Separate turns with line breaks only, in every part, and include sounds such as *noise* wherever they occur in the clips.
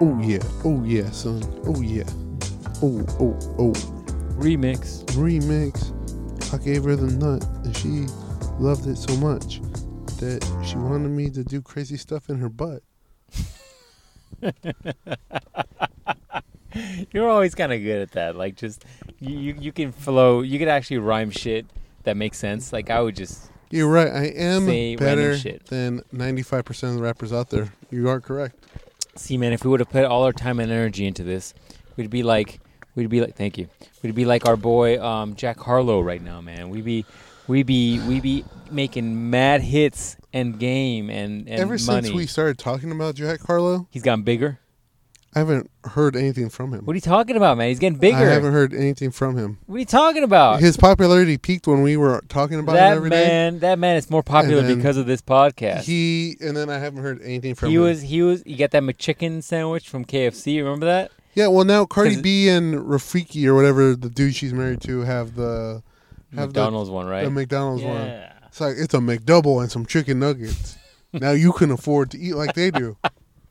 Oh yeah, oh yeah, son. Oh yeah. Oh oh oh.
Remix.
Remix. I gave her the nut, and she loved it so much that she wanted me to do crazy stuff in her butt.
You're always kind of good at that. Like just you, you, you can flow. You could actually rhyme shit that makes sense. Like I would just
You're right. I am
Say random
better
shit.
than 95% of the rappers out there. You are correct.
see, man. If we would have put all our time and energy into this, we'd be like, we'd be like, thank you. We'd be like our boy um, Jack Harlow right now, man. We'd be, we be, we be making mad hits and game and and
Ever
money.
since we started talking about Jack Harlow,
He's gotten bigger.
I haven't heard anything from him.
What are you talking about, man? He's getting
I haven't
bigger.
heard anything from him.
What are you talking about?
His popularity peaked when we were talking about him
That
every day.
man, that man is more popular
then
because of this podcast.
He and then I haven't heard anything from
He
him.
was he was you got that McChicken sandwich from KFC, remember that?
yeah, well now Cardi
'Cause-
B and Rafiki or whatever the dude she's married to have the have the-
McDonald's one,
the,
right?
McDonald's one.
yeah.
It's like it's a McDouble and some chicken
*laughs*
nuggets. now you can afford to eat like they do.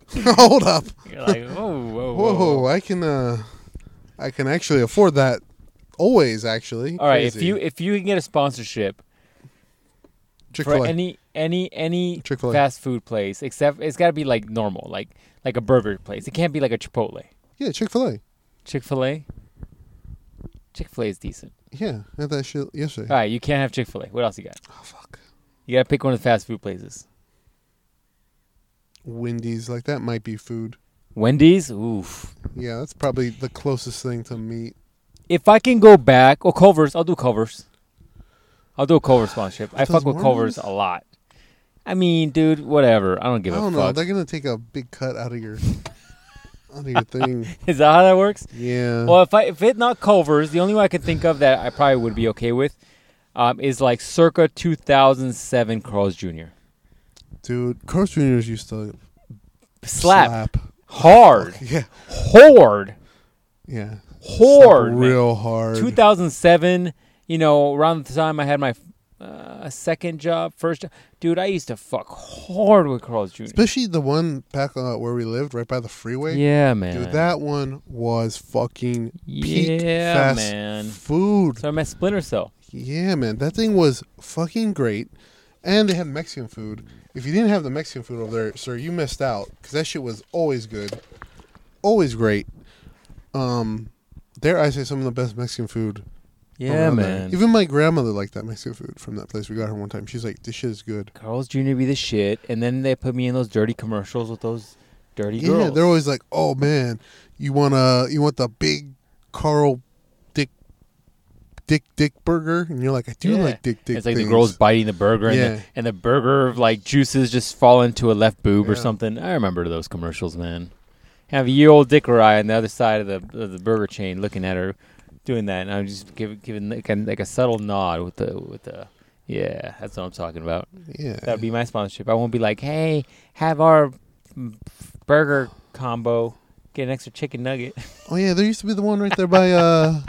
*laughs* Hold up.
You're like, whoa,
*laughs*
whoa, whoa.
Whoa,
whoa.
I can uh I can actually afford that always actually.
All right, if
Crazy.
you if you can get a sponsorship
Chick-fil-A.
for any any any
Chick-fil-A.
fast food place, except it's got to be like normal, like like a burger place. It can't be like a Chipotle.
yeah, Chick-fil-A.
Chick-fil-A Chick-fil-A is decent.
Yeah, I had that shit yesterday.
All right, you can't have Chick-fil-A. What else you got?
Oh, fuck.
You got to pick one of the fast food places.
Wendy's like that might be food.
Wendy's? Oof.
Yeah, that's probably the closest thing to meat.
if I can go back, or Culver's, I'll do Culver's. I'll do a Culver's sponsorship. I
With
fuck
those
with Culver's a
Mormons?
lot. I mean, dude, whatever. I don't give
I don't
a
know.
fuck.
They're gonna take a big cut out of your out
*laughs*
of your thing.
Is that how that works?
Yeah.
Well, if I if it not Culver's, the only one I can think of that I probably would be okay with um, is like circa 2007 Carl's Jr.
Dude, Carl's Juniors used to
Slap,
slap.
hard,
Yeah.
hard,
Yeah.
hard.
Slap
man.
real hard.
2007, you know, around the time I had my uh, second job, first job. Dude, I used to fuck hard with Carl's Jr.
Especially the one back uh, where we lived, right by the freeway.
Yeah, man.
Dude, that one was fucking peak
Yeah,
fast
man.
food.
So I met Splinter Cell.
Yeah, man, that thing was fucking great, and they had Mexican food. If you didn't have the Mexican food over there, sir, you missed out because that shit was always good, always great. Um, dare I say, some of the best Mexican food.
Yeah,
around there.
man.
Even my grandmother liked that Mexican food from that place we got her one time. She's like, "This shit is good."
Carl's Jr. be the shit, and then they put me in those dirty commercials with those dirty
Yeah,
girls.
they're always like, "Oh man, you wanna you want the big Carl Dick Dick Dick burger?" And you're like, "I do
Yeah.
like Dick Dick."
it's like
things."
the girls biting the burger, and,
Yeah.
the, and the burger like juices just fall into a left boob or
Yeah.
something. I remember those commercials, man. Have a year old dick or I on the other side of the of the burger chain looking at her doing that, and I'm just giving giving like a, like a subtle nod with the with the yeah. That's what I'm talking about.
Yeah,
That'd be my sponsorship. I won't be like, hey, have our mm, burger combo, get an extra chicken nugget *laughs*
Oh yeah, there used to be the one right there by uh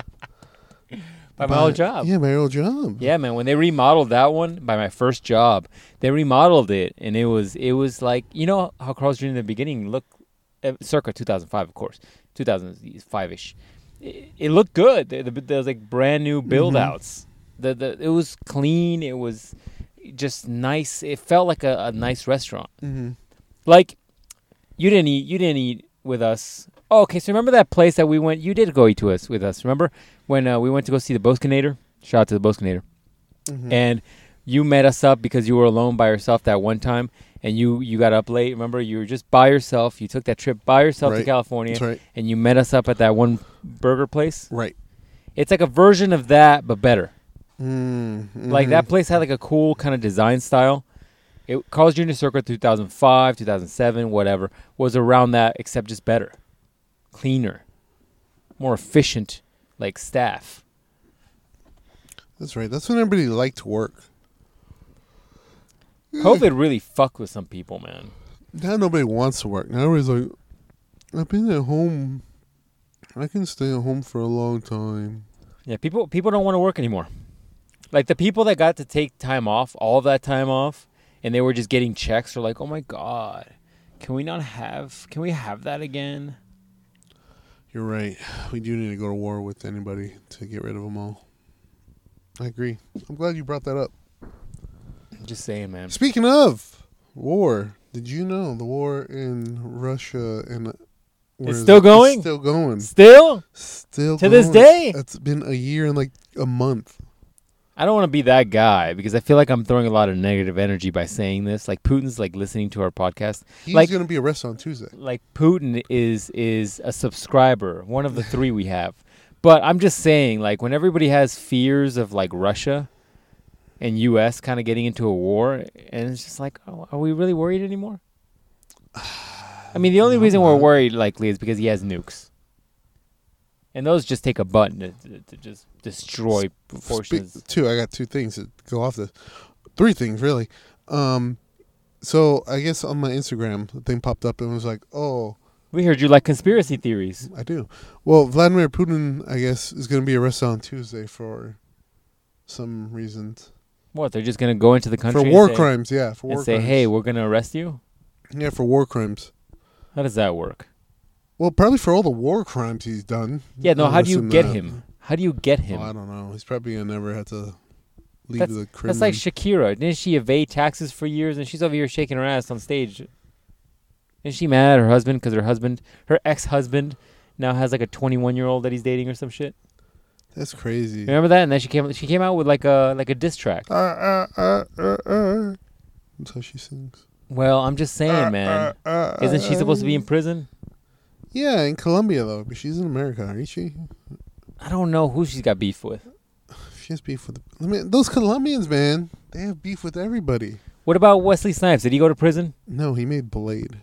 by my old job. Oh. Yeah.
Yeah, by your old job.
man. When they remodeled that one by my first job, they remodeled it, and it was it was like you know how Carl's Jr. in the beginning looked, uh, circa 2005, of course, 2005 ish. It, it looked good. There, there was like brand new build outs. The, the it was clean. It was just nice. It felt like a, a nice restaurant.
hmm
Like you didn't eat you didn't eat with us. Oh, okay, so remember that place that we went you did go eat to us with us. Remember when uh, we went to go see the Boskinator? Shout out to the Boskinator.
Mm-hmm.
And you met us up because you were alone by yourself that one time and you you got up late. Remember you were just by yourself. You took that trip by yourself to
Right.
California
That's right.
and you met us up at that one burger place.
Right.
It's like a version of that but better.
Mm,
Like
mhm.
that place had like a cool kind of design style. It Carl's Jr. Circa 2005, 2007, whatever was around that, except just better, cleaner, more efficient, like staff.
That's right. That's when everybody liked to work.
COVID really fucked with some people, man.
Now nobody wants to work. Now everybody's like, I've been at home. I can stay at home for a long time.
Yeah, people people don't want to work anymore. Like the people that got to take time off, all that time off, and they were just getting checks. They're like, oh my god, Can we not have? Can we have that again?
You're right. We do need to go to war with anybody to get rid of them all. I agree. I'm glad you brought that up.
I'm just saying, man.
Speaking of war, did you know the war in Russia and where is
still
it?
going?
still going.
Still,
Still
To this
going.
day?
It's been a year and like a month.
I don't want to be that guy because I feel like I'm throwing a lot of negative energy by saying this. Like Putin's like listening to our podcast.
He's
Like-
gonna be arrested on Tuesday.
Like Putin is is a subscriber, one of the three we have. But I'm just saying, like when everybody has fears of like Russia and U.S. kind of getting into a war, and it's just like, oh, are we really worried anymore? I mean, the only
No,
reason we're
not.
worried likely is because he has nukes, and those just take a button to, to, to just destroy portions.
Spe- two. I got two things to go off this. Three things really. Um, so I guess on my Instagram, the thing popped up and was like, "Oh,
We heard you like conspiracy theories.
I do." Well, Vladimir Putin, I guess, is going to be arrested on Tuesday for some reasons
What? They're just gonna go into the country
for
and
war
say,
crimes. Yeah, for war
and say,
crimes.
"Hey, we're gonna arrest you."
yeah, for war crimes.
How does that work?
Well, probably for all the war crimes he's done.
Yeah, no. How do you
Arrest
get
that.
him? How do you get
Oh, I
him?
don't know. He's probably gonna never have to leave the
That's
prison.
like Shakira. Didn't she evade taxes for years, and she's over here shaking her ass on stage? Isn't she mad at her husband because her husband, her ex-husband, now has like a 21-year-old that he's dating or some shit?
That's crazy.
Remember that? And then she came, she came out with like a like a diss track.
Uh, uh, uh, uh, uh. That's how she sings.
Well, I'm just saying,
Uh,
man.
uh, uh,
Isn't she supposed to be in
uh,
prison?
Yeah, in Colombia though, but she's in America, aren't she?
I don't know who she's got beef with.
*sighs* She has beef with. I mean, those Colombians, man, they have beef with everybody.
What about Wesley Snipes? Did he go to prison?
No, he made Blade.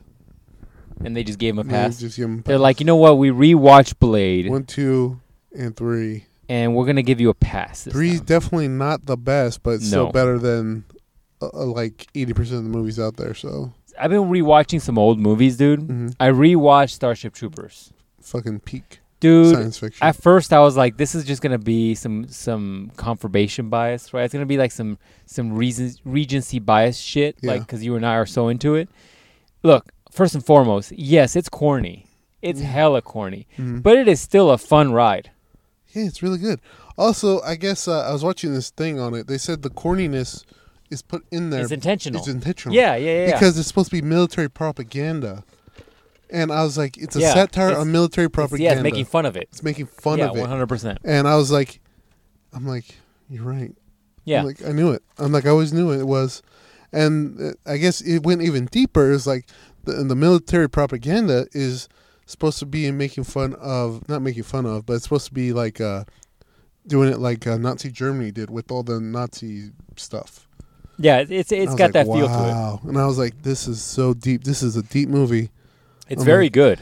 And they just gave him a
No,
pass.
just give him a
They're
pass.
like, you know what? We rewatched Blade,
one, two, and three.
and we're gonna give you a pass. This
Three's
time.
definitely not the best, but still
No.
better than uh, uh, like eighty percent of the movies out there. So,
I've been rewatching some old movies, dude.
mhm.
I rewatched Starship Troopers,
fucking peak
dude.
science fiction.
At first, I was like, this is just gonna be some some confirmation bias, right? It's gonna be like some some reasons regency bias shit,
Yeah.
like because you and I are so into it. Look, first and foremost, yes, it's corny. It's
Mm.
hella corny,
Mhm.
but it is still a fun ride.
Yeah, it's really good. Also, I guess uh, I was watching this thing on it. They said the corniness is put in there.
It's intentional.
It's intentional.
yeah, yeah, yeah. yeah.
Because it's supposed to be military propaganda. And I was like, it's a
Yeah,
satire
it's-
on military
It's-
propaganda.
yeah, it's making fun of it.
It's making fun
yeah,
of it.
100%.
And I was like, I'm like, you're right.
Yeah.
I'm like I knew it. I'm like I always knew it was, and uh, I guess it went even deeper. It's like the, the military propaganda is supposed to be making fun of, not making fun of, but it's supposed to be like uh, doing it like uh, Nazi Germany did with all the Nazi stuff.
Yeah, it's it's-
And I
it's
was
got
like,
that feel to it.
wow. And I was like, this is so deep. This is a deep movie.
It's
I'm
very
like-
good.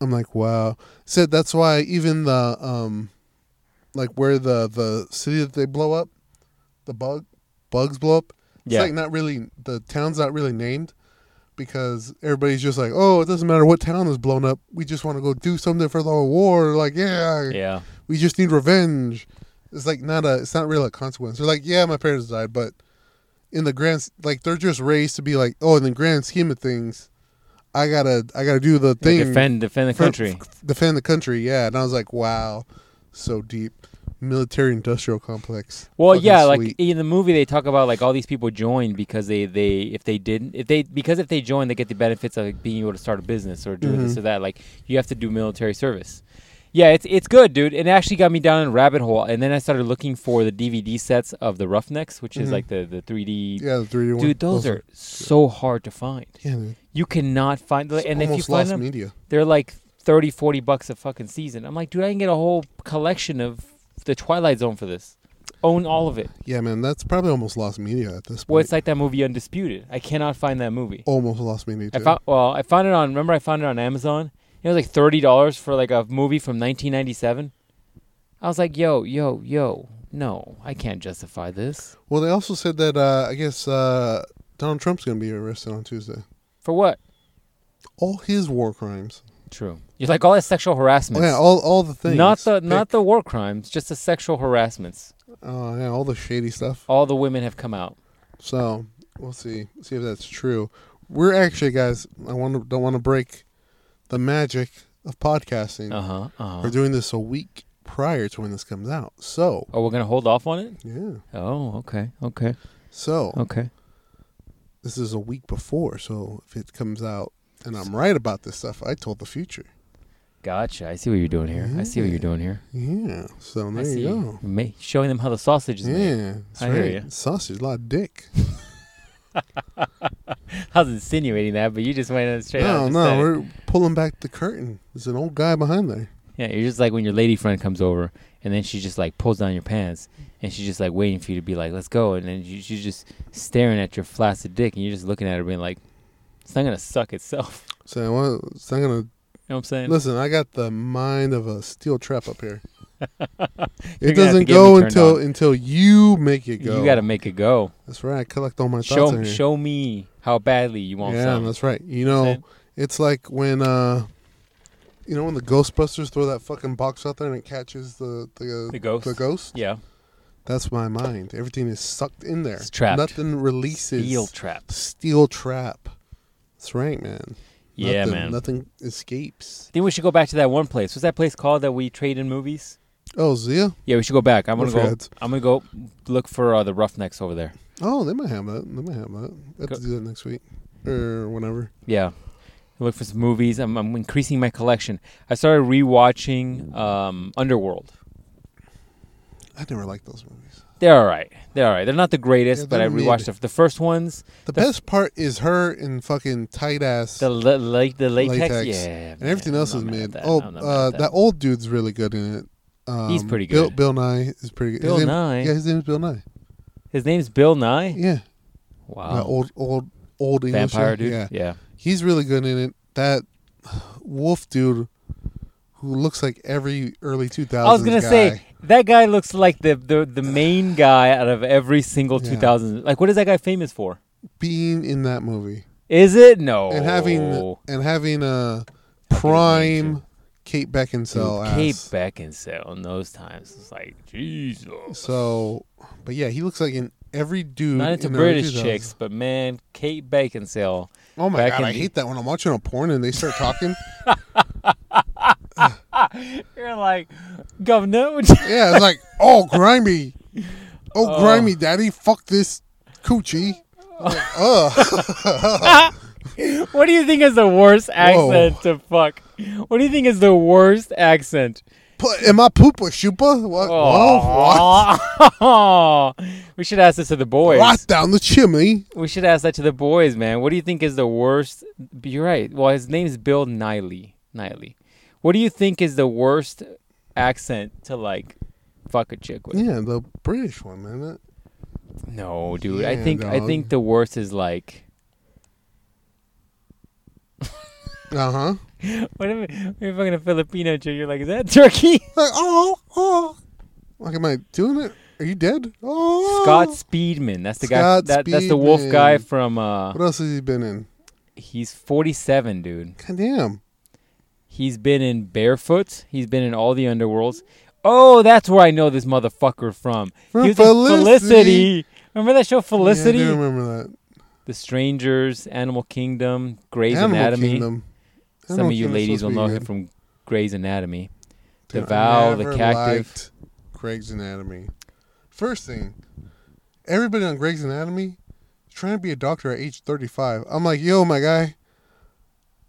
I'm like, wow. Said that's why even the um, like where the the city that they blow up, the bug bugs blow up.
Yeah.
It's like not really the town's not really named because everybody's just like, oh, it doesn't matter what town is blown up. We just want to go do something for the war. Like, yeah,
yeah.
we just need revenge. It's like not a. It's not really a consequence. They're like, yeah, my parents died, but in the grand, s- like they're just raised to be like, oh, in the grand scheme of things, I gotta, I gotta do the thing,
Defend defend the
Fr-
country.
defend the country. Yeah, and I was like, wow, so deep, military industrial complex.
Well,
Fucking
yeah, like
sweet.
in the movie they talk about like all these people joined because they they if they didn't if they because if they join they get the benefits of like, being able to start a business or doing this
Mhm.
or that. Like you have to do military service. Yeah, it's it's good, dude. It actually got me down a rabbit hole, and then I started looking for the DVD sets of the Roughnecks, which is
Mhm.
like the the 3D.
yeah, the three D one.
Dude, those are so hard to find.
yeah, dude.
You cannot find,
It's
and if you
almost
find
lost
them,
media.
they're like 30 40 bucks a fucking season i'm like dude i can get a whole collection of the twilight zone for this own all of it
Yeah, man, that's probably almost lost media at this point.
well it's like that movie undisputed i cannot find that movie
almost lost media.
i
too.
found well i found it on remember i found it on amazon it was like $30 for like a movie from 1997 i was like yo yo yo no i can't justify this
Well, they also said that uh, I guess uh, Donald Trump's going to be arrested on Tuesday.
for what
All his war crimes.
true you're like all that sexual
Oh,
harassment
yeah, all all the things.
not the
Pick-
not the war crimes just the sexual harassments
Oh yeah, all the shady stuff.
all the women have come out
So we'll see see if that's true. We're actually, guys. I want to don't want to break the magic of podcasting.
Uh huh. Uh
We're
huh.
doing this a week prior to when this comes out. So
Oh, we're gonna hold off on it.
yeah.
Oh, okay, okay,
So
okay.
this is a week before. So if it comes out and I'm right about this stuff, I told the future.
Gotcha. I see what you're doing here. I see what you're doing here.
Yeah. So
I
there
see.
you go.
Ma- showing them how the sausage is made.
Yeah, that's
I
right.
hear ya.
Sausage, a lot of dick.
*laughs* I was insinuating that, but you just went straight out.
no,
and
no,
said it.
we're pulling back the curtain. There's an old guy behind there.
Yeah, you're just like when your lady friend comes over and then she just like pulls down your pants and she's just like waiting for you to be like, let's go. And then you, she's just staring at your flaccid dick and you're just looking at her being like, it's not going to suck itself. *laughs* You
So well, it's not gonna
know what I'm saying?
listen. I got the mind of a steel trap up here.
*laughs* You're
it
gonna have to
doesn't
get
go
me turned
until
on.
until you make it go.
you got to make it go.
That's right. I collect all my thoughts
Show,
in here.
show me how badly you want
yeah,
some.
that's right. You
You know
know,
what I'm saying?
it's like when uh, you know when the Ghostbusters throw that fucking box out there and it catches the the,
The ghost.
The ghost.
Yeah.
That's my mind. Everything is sucked in there.
It's trapped.
Nothing releases.
Heel traps.
Steel trap. That's right, man.
Yeah,
nothing,
man.
Nothing escapes.
I think we should go back to that one place. What's that place called that we trade in movies?
Oh, Zia.
Yeah, we should go back. I'm gonna go.
Roughheads.
I'm gonna go look for uh, the Roughnecks over there.
Oh, they might have that. They might have that. I have
Go-
to do that next week or whenever.
Yeah. Look for some movies. I'm, I'm increasing my collection. I started rewatching um, Underworld.
I never liked those movies.
They're all right. They're all right. They're not the greatest,
Yeah,
but I
they're
rewatched the, the first ones.
The best part is her in fucking tight ass
The la- like the latex.
Latex.
Yeah.
and everything
man,
else
I'm
is
not mad at
mid.
that.
Oh,
I'm not mad
uh,
at
that old dude's really good in it. Um,
He's pretty
Bill,
good.
Bill Nye is pretty good. His
Bill
name-
Nye?
Yeah, his name is Bill Nye.
His name's Bill Nye.
Yeah,
Wow.
that old old old English
Vampire
guy.
dude.
Yeah,
yeah.
he's really good in it. That wolf dude who looks like every early 2000s
I was gonna
guy.
say that guy looks like the, the the main guy out of every single
Yeah.
2000. Like, what is that guy famous for?
being in that movie
Is it no?
and
Oh.
having and having a
Dude,
prime Kate Beckinsale
Kate
ass.
Beckinsale in those times it's like Jesus.
So, but yeah, he looks like an every dude.
Not into
in the early
British
2000s.
chicks, but man, Kate Beckinsale.
Oh my
back
god,
in
I
the-
hate that when I'm watching a porn and they start talking.
You're like, governor.
yeah, it's like, *laughs* oh grimy, oh,
Oh.
grimy, daddy, fuck this coochie. Ugh.
*laughs* what do you think is the worst accent to fuck? What do you think is the worst accent?
Put, am I poopa shoopa?
Oh,
What? Oh, what?
Aw. *laughs* we should ask this to the boys.
Right down the chimney.
We should ask that to the boys, man. What do you think is the worst? You're right. Well, his name is Bill Niley. Niley. What do you think is the worst accent to like fuck a chick with?
Yeah, the British one, man.
No, dude. I
Yeah,
think I
dog.
think the worst is like.
Uh huh.
*laughs* What if, what if fucking a Filipino chick? You're like, is that turkey?
Like, oh, oh. Like, am I doing it? Are you dead? Oh.
*laughs* Scott Speedman. That's the
Scott
guy. That, that's the wolf guy
Speedman.
from. uh
What else has he been in?
He's 47, dude.
God damn.
He's been in Barefoot. He's been in all the underworlds. Oh, that's where I know this motherfucker from.
From
he was in
Felicity.
Felicity. Remember that show Felicity?
Yeah, I do remember that.
the Strangers, Animal Kingdom, Grey's
Animal
Anatomy.
Kingdom.
Some
Animal
of you
Kingdom's
ladies will
supposed to
know
be
him
good.
from Grey's Anatomy. The
Dude, I
Vow, The
never
Cactive.
liked Greg's Anatomy. First thing, everybody on Greg's Anatomy is trying to be a doctor at age 35. I'm like, yo, my guy.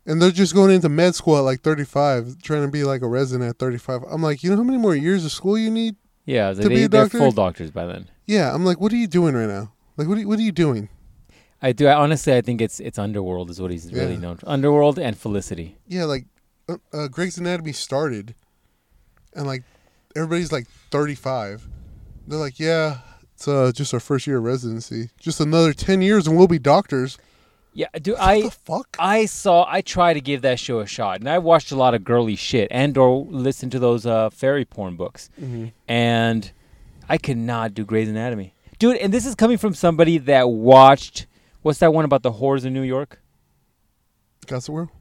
And they're just going into med school at like 35, trying to be like a resident at 35. I'm like, you know how many more years of school you need?
Yeah,
To be
they,
a
they're
doctor?
full doctors by then.
Yeah, I'm like, what are you doing right now? Like, what are you, what are you doing?
I do. I, honestly, I think it's it's Underworld is what he's really
Yeah.
known for. Underworld and Felicity.
Yeah, like, uh, uh, Greg's Anatomy started, and like, everybody's like 35. They're like, yeah, it's uh, just our first year of residency. Just another 10 years and we'll be doctors.
Yeah, do
the
I?
fuck?
I saw. I try to give that show a shot, and I watched a lot of girly shit and or listened to those uh, fairy porn books,
Mm-hmm.
and I could not do Grey's Anatomy, dude. And this is coming from somebody that watched. What's that one about the whores in New York?
Gossip Girl?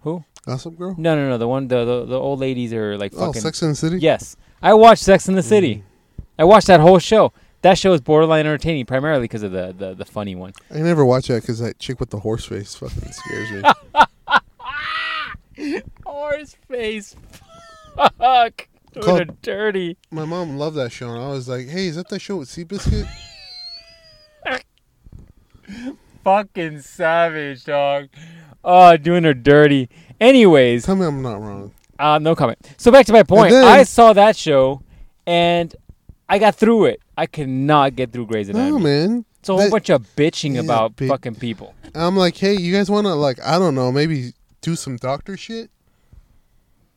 Who?
Gossip Girl?
No, no, no. The one the the, the old ladies are like
Oh,
fucking.
Sex and the City? Mm-hmm.
Yes, I watched Sex in the City. I watched that whole show. That show is borderline entertaining primarily because of the, the the funny one.
I never watch that because that chick with the horse face fucking scares me.
Horse face, *laughs* fuck,
Called-
doing it dirty.
My mom loved that show, and I was like, "Hey, is that that show with Seabiscuit?"
fucking savage, dog. Oh, doing her dirty. Anyways,
Tell me I'm not wrong.
uh, no comment. So back to my point.
And then-
I saw that show, and I got through it. I could not get through Grey's Anatomy.
No, man.
It's a whole
That-
bunch of bitching
Yeah,
about
bitch.
fucking people.
I'm like, hey, you guys want to like, I don't know, maybe do some doctor shit?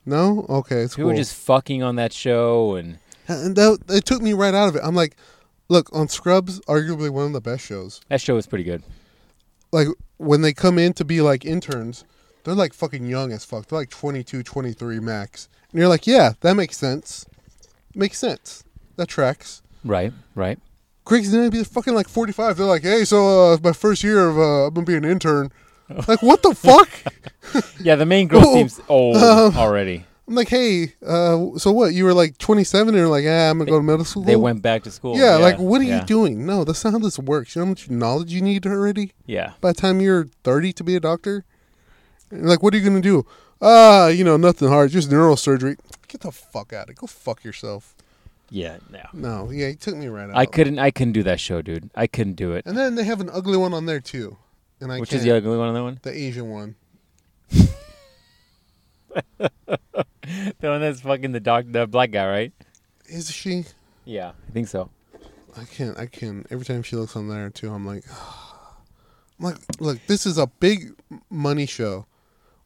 No, okay, it's
People
cool.
were just fucking on that show, and
and that, it took me right out of it. I'm like, look, on Scrubs, arguably one of the best shows.
that show was pretty good.
Like when they come in to be like interns, they're like fucking young as fuck. They're like 22, 23 max, and you're like, yeah, that makes sense. Makes sense. That tracks.
Right, right.
Greg's gonna be fucking like 45. They're like, hey, so uh, my first year of uh, I'm gonna be an intern. Like what the fuck?
Yeah, the main
*laughs*
girl
Oh,
seems old already.
I'm like, hey, uh, so what? You were like 27 and you're like, ah, I'm going to go to middle school?
They went back to school.
yeah, like, what are
yeah,
you doing? No, that's not how this works. You know how much knowledge you need already
Yeah.
by the time you're 30 to be a doctor? And like, what are you going to do? Ah, you know, nothing hard, just neurosurgery. Get the fuck out of it. Go fuck yourself.
Yeah, no.
No, yeah, he took me right out.
I couldn't. I couldn't do that show, dude. I couldn't do it.
And then they have an ugly one on there, too. And I
Which
can't.
is the ugly one on that one?
The Asian one.
The one that's fucking the doc, the black guy, right?
Is she?
Yeah, I think so.
I can't. I can't. Every time she looks on there too, I'm like, *sighs* I'm like, look, this is a big money show.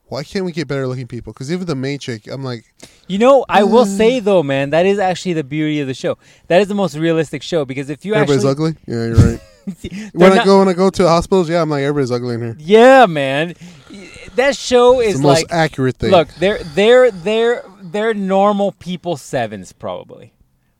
Why can't we get better looking people? Because even the main chick, I'm like,
You know, I will say though, man, that is actually the beauty of the show. That is the most realistic show because if you
everybody's
actually,
ugly. Yeah, you're right.
*laughs* they're
when I
not-
go when I go to hospitals, yeah, I'm like, everybody's ugly in here.
yeah, man, that show
It's
is
the most
like,
accurate thing.
look, they're they're they're they're normal people sevens probably,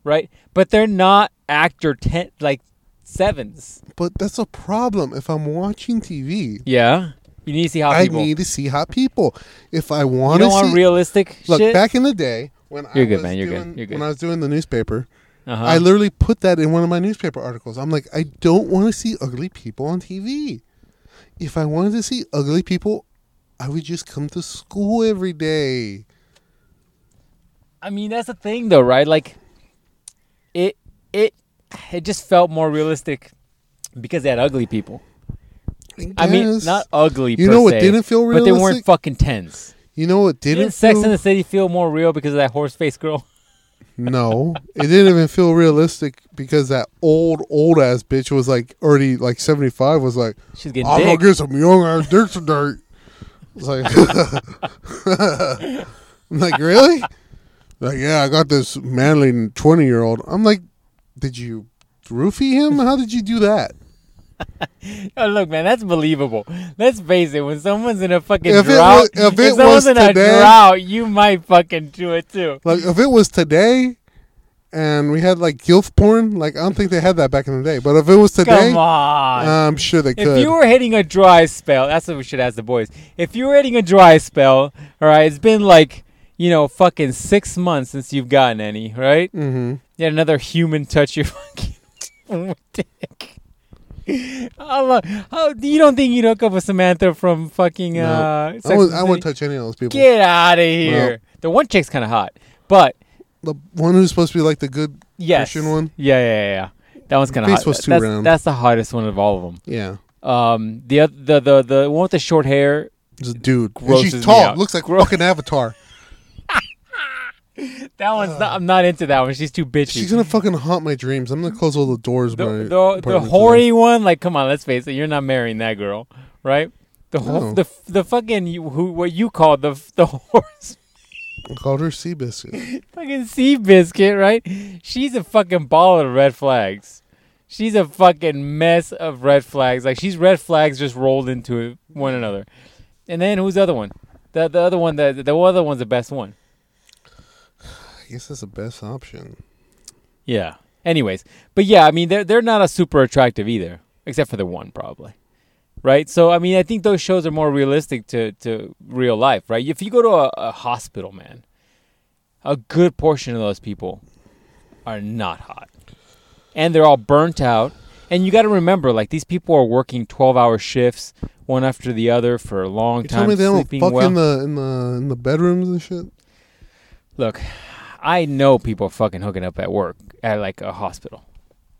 right? But they're not actor ten like sevens.
but that's a problem. If I'm watching TV,
Yeah, you need to see how
I
people.
need to see hot people. If I
you
want to
don't
see,
want realistic
look
shit.
back in the day when I
You're good,
was
man. You're good.
doing,
You're good.
when I was doing the newspaper.
uh-huh.
I literally put that in one of my newspaper articles. I'm like, I don't want to see ugly people on TV. If I wanted to see ugly people, I would just come to school every day.
I mean, that's the thing, though, right? Like, it it it just felt more realistic because they had ugly people.
I,
I mean,
guess.
not ugly.
You
per
know what
se,
didn't feel
But they weren't
realistic?
fucking tense.
You know what
Didn't,
didn't
Sex
feel- *laughs*
in the City feel more real because of that horse face girl? *laughs*
No, it didn't even feel realistic because that old old ass bitch was like already like 75 was like,
She's getting
I'm gonna
dick.
get some young ass dick tonight. It's like, *laughs* I'm like, really? Like, yeah, I got this manly 20 year old. I'm like, did you roofie him? How did you do that?
*laughs* Oh, look, man, that's believable. Let's face it. When someone's in a fucking
If it wa-
drought,
if it
someone's
was
in
today-
a drought, you might fucking do it too.
Like, if it was today and we had like guilf porn, like, I don't think they had that back in the day. But if it was today, Uh,
Come on.
I'm sure they
If
could.
you were hitting a dry spell, that's what we should ask the boys. If you were hitting a dry spell, all right, it's been like, you know, fucking six months since you've gotten any, right?
mm-hmm.
Yet another human touch your *laughs* fucking dick. How, lo- how, you don't think you'd hook up with Samantha from fucking,
No.
uh, Sex
I,
and
wouldn't,
the
I wouldn't
City?
touch any of those people.
Get out of here. The one chick's kind of hot, but
The one who's supposed to be like the good
yes.
Christian one?
Yeah, yeah, yeah. yeah. That one's kind of
Face
hot.
was too
that's,
round.
that's the hottest one of all of them.
Yeah.
Um, the oth- the the the one with the short hair.
It's a dude. And
Grosses me
she's tall.
out.
Looks like
Gross.
fucking Avatar.
That one's not. I'm not into that one. She's too bitchy.
She's gonna fucking haunt my dreams. I'm gonna close all the doors.
the
by
the, the
apartment
hoary one. Like, come on, let's face it. You're not marrying that girl, right? The
No.
whole the f- the fucking you, who what you call the f- the *laughs* horse
today. I called her Seabiscuit.
fucking sea biscuit, right? She's a fucking ball of red flags. She's a fucking mess of red flags. Like she's red flags just rolled into one another. And then who's the other one? The the other one the the other one's the best one.
I guess that's the best option.
Yeah. Anyways, but yeah, I mean they're they're not a super attractive either, except for the one probably. Right? So I mean I think those shows are more realistic to, to real life, right? If you go to a, a hospital, man, a good portion of those people are not hot. and they're all burnt out. And you got to remember, like these people are working twelve-hour shifts, one after the other, for a long
You
time,
told me they don't
sleeping
fuck
well.
in the in the in the bedrooms and shit.
Look, I know people are fucking hooking up at work at like a hospital,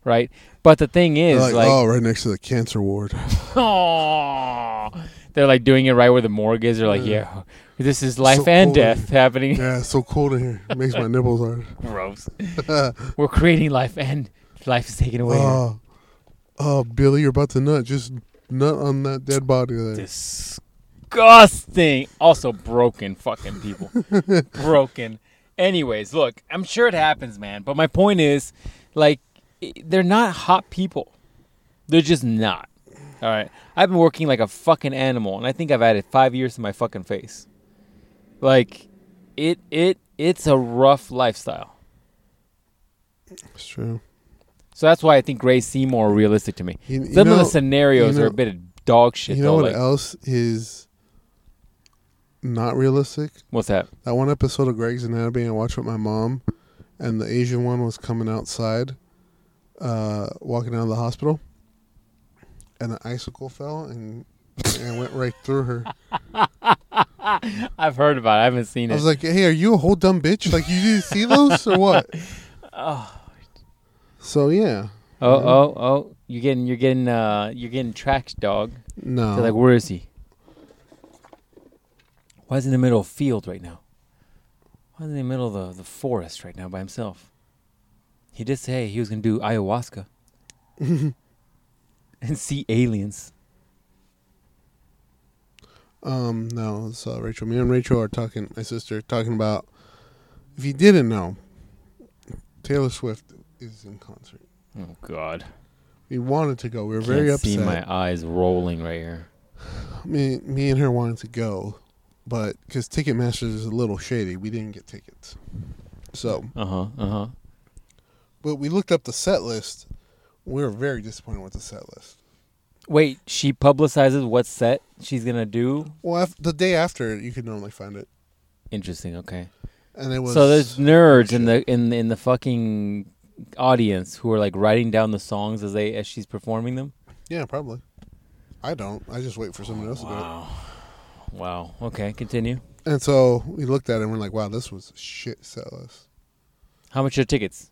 right? But the thing
They're
is,
like,
like,
oh, right next to the cancer
*laughs*
ward.
Aw. *laughs* They're like doing it right where the morgue is. They're like,
"Oh." Yeah.
yeah, this is life
So
and
cold.
death happening.
yeah, it's so cold in here. It makes my nipples hard.
*laughs*
*laughs*
Gross. We're creating life and life is taken away.
Oh, oh, Billy, you're about to nut. Just nut on that dead body there.
Disgusting. Also, broken fucking
*laughs*
people. broken. Anyways, look, I'm sure it happens, man. But my point is, like, i- they're not hot people. They're just not. All right. I've been working like a fucking animal, and I think I've added five years to my fucking face. Like, it it it's a rough lifestyle.
It's true.
So that's why I think Gray seem more realistic to me.
You, you
Some
know,
of the scenarios
you know-
are a bit of dog shit.
you know
though.
what
like,
else is not realistic?
What's that?
That one episode of Greg's Anatomy I watched with my mom, and the Asian one was coming outside, uh, walking out of the hospital, and an icicle fell and and went right through
*laughs*
her.
I've heard about. it. I haven't seen
I
it.
was like, "Hey, are you a whole dumb bitch? Like, you didn't see those or
*laughs*
what?"
Oh.
So yeah,
Oh, oh, oh! You're getting, you're getting, uh, you're getting tracked, dog.
no,
They're like, where is he? Why is he in the middle of field right now? Why is he in the middle of the, the forest right now by himself? He did say he was gonna do *laughs* ayahuasca and see aliens.
um, no. So Rachel, me and Rachel are talking. My sister talking about if you didn't know, Taylor Swift is in concert.
Oh God!
We wanted to go. We were
Can't
very
see
upset.
my eyes rolling right here.
me, me and her wanted to go, but because Ticketmaster is a little shady, we didn't get tickets. So,
Uh huh. Uh huh.
but we looked up the set list. We were very disappointed with the set list.
Wait, she publicizes what set she's gonna do.
Well, af- the day after, you could normally find it,
Interesting. Okay.
and it was
So there's nerds in the in in the fucking audience who are like writing down the songs as they as she's performing them.
yeah, probably. I don't. I just wait for someone else to do
Wow. Wow. Okay, continue.
it. And so we looked at it and we're like, wow, this was a shit set list.
How much are tickets?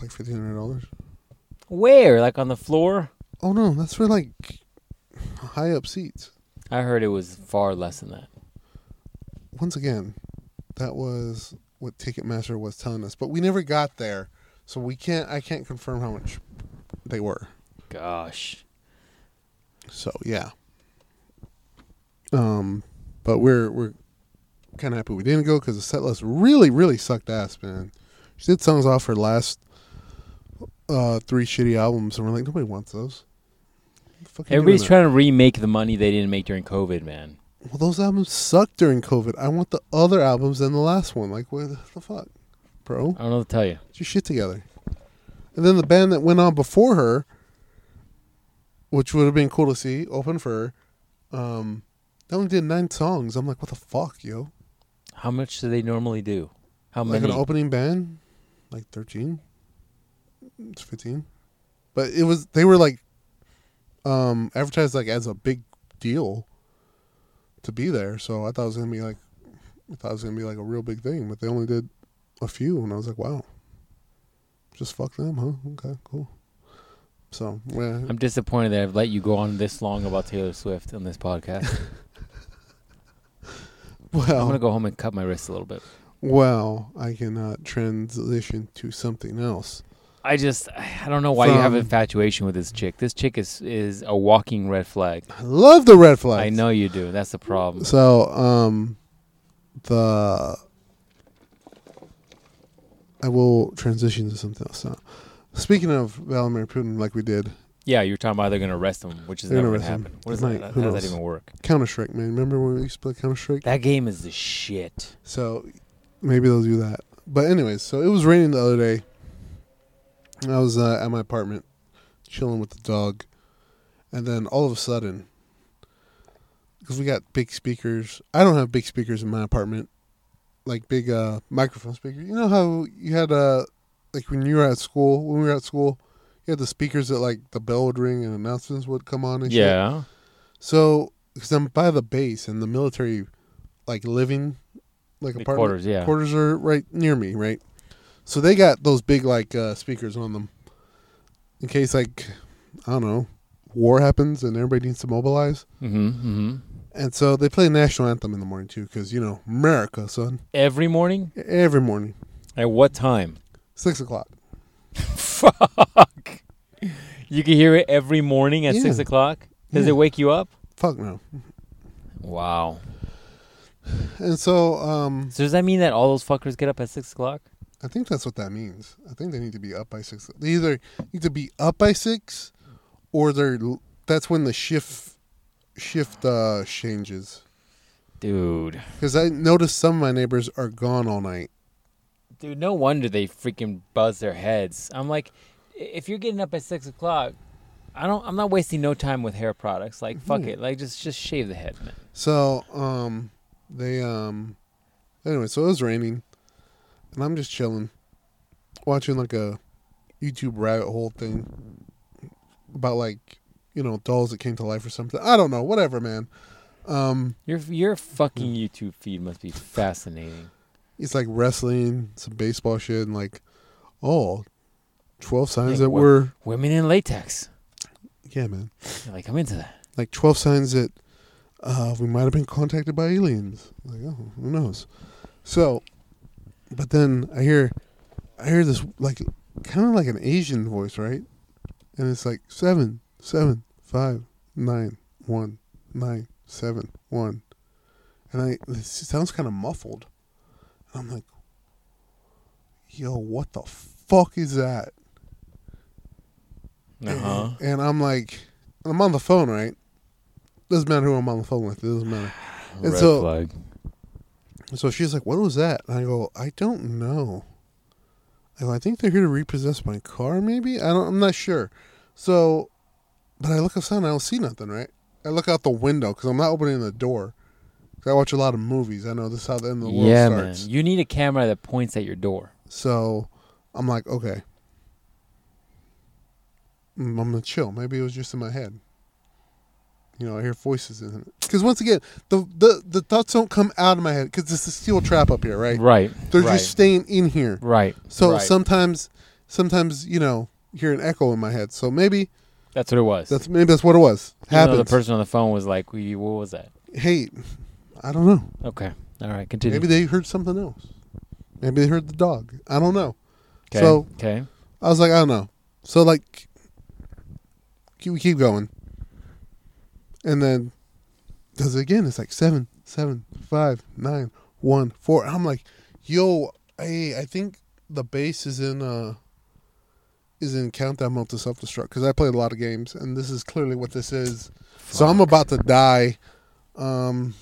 Like fifteen hundred dollars.
Where? Like on the floor?
Oh no, that's for like high up seats.
I heard it was far less than that.
once again, that was what Ticketmaster was telling us, but we never got there, so we can't. I can't confirm how much they were.
Gosh.
So yeah. Um, but we're we're kind of happy we didn't go because the set list really really sucked ass, man. She did songs off her last uh three shitty albums, and we're like, nobody wants those. The fuck you doing
Everybody's
that?
trying to remake the money they didn't make during COVID, man.
Well, those albums sucked during COVID. I want the other albums than the last one. Like, what the fuck, bro?
I don't know what to tell you.
Get your shit together. And then the band that went on before her, which would have been cool to see, open for her, um, they only did nine songs. I'm like, what the fuck, yo?
How much do they normally do? How
Like
many?
an opening band, like 13, it's 15. But it was, they were like, um, advertised like as a big deal to be there. So I thought it was going to be like, I thought it was going to be like a real big thing, but they only did a few. And I was like, wow, just fuck them, huh? Okay, cool. So, yeah.
I'm disappointed that I've let you go on this long about Taylor Swift on
*laughs*
this podcast. I'm
Well,
gonna go home and cut my wrist a little bit.
well, I cannot transition to something else.
I just I don't know why you have
From-
infatuation with this chick. This chick is is a walking red flag.
I love the red flags.
I know you do. That's the problem.
So, um, the I will transition to something else now. Speaking of Vladimir Putin, like we did,
Yeah, you were talking about they're gonna arrest him, which is
They're
never
gonna
gonna
arrest him.
happen. What is
Like,
that? How
who
does that
knows?
even work?
Counter Strike, man. Remember when we used to play Counter Strike?
That game is the shit.
So maybe they'll do that. But anyways, so it was raining the other day. I was uh, at my apartment, chilling with the dog, and then all of a sudden, because we got big speakers. I don't have big speakers in my apartment, like big uh, microphone speakers. You know how you had uh, like when you were at school, when we were at school, you had the speakers that like the bell would ring and announcements would come on and shit.
Yeah.
So, because I'm by the base and the military, like living, like
The
apartment
quarters, yeah.
quarters are right near me, right. So they got those big like uh, speakers on them, in case like I don't know, war happens and everybody needs to mobilize.
Mm-hmm. Mm-hmm.
And so they play national anthem in the morning too, because you know America, son.
Every morning?
Every morning,
At what time?
six o'clock.
Fuck. You can hear it every morning at six
Yeah.
o'clock. Does
Yeah.
it wake you up?
Fuck no.
Wow.
And so um,
So does that mean that all those fuckers get up at six o'clock?
I think that's what that means. I think they need to be up by six. They either need to be up by six, or they're that's when the shift shift uh, changes.
Dude.
Because I noticed some of my neighbors are gone all night.
Dude, no wonder they freaking buzz their heads. I'm like, i- if you're getting up at six o'clock, I don't. I'm not wasting no time with hair products. Like, fuck
Mhm.
it. Like, just just shave the head, man.
So um, they um, anyway. So it was raining, and I'm just chilling, watching like a YouTube rabbit hole thing about like you know dolls that came to life or something. I don't know. Whatever, man. Um,
Your your fucking
Mm-hmm.
YouTube feed must be fascinating.
It's like wrestling, some baseball shit, and like, oh, 12 signs
Hey,
that
what-
were.
Women in latex.
Yeah, man.
Like, I'm into that.
Like 12 signs that uh, we might have been contacted by aliens. Like, oh, who knows? So, but then I hear, I hear this like, kind of like an Asian voice, right? And it's like seven, seven, five, nine, one, nine, seven, one. And I, it sounds kind of muffled. And I'm like, yo, what the fuck is that?
Uh huh.
And I'm like, and I'm on the phone, right? Doesn't matter who I'm on the phone with. It doesn't matter. And
Red
so-
flag.
So she's like, "What was that?" And I go, "I don't know." I go, "I think they're here to repossess my car. Maybe I don't. I'm not sure." So, but I look outside and I don't see nothing. Right? I look out the window because I'm not opening the door. 'Cause I watch a lot of movies. I know this is how the end of the world
Yeah,
starts.
man. You need a camera that points at your door.
So I'm like, okay. Mm, I'm gonna chill. Maybe it was just in my head. You know, I hear voices in it. Because once again, the, the the thoughts don't come out of my head because it's a steel trap up here, right?
Right.
They're
right.
just staying in here.
right.
So
right.
sometimes, sometimes you know, hear an echo in my head. So maybe
That's what it was.
that's maybe that's what it was.
Even though the
Happens.
person on the phone was like, "We- "What was that?"
hey, I don't know.
Okay. All right. Continue.
Maybe they heard something else. Maybe they heard the dog. I don't know.
okay.
so-
okay.
I was like, I don't know. So like, keep, we keep going, and then does it again. It's like seven, seven, five, nine, one, four. I'm like, yo, hey, I think the base is in uh is in countdown mode to self destruct because I played a lot of games and this is clearly what this is. So I'm
Fuck.
about to die. Um,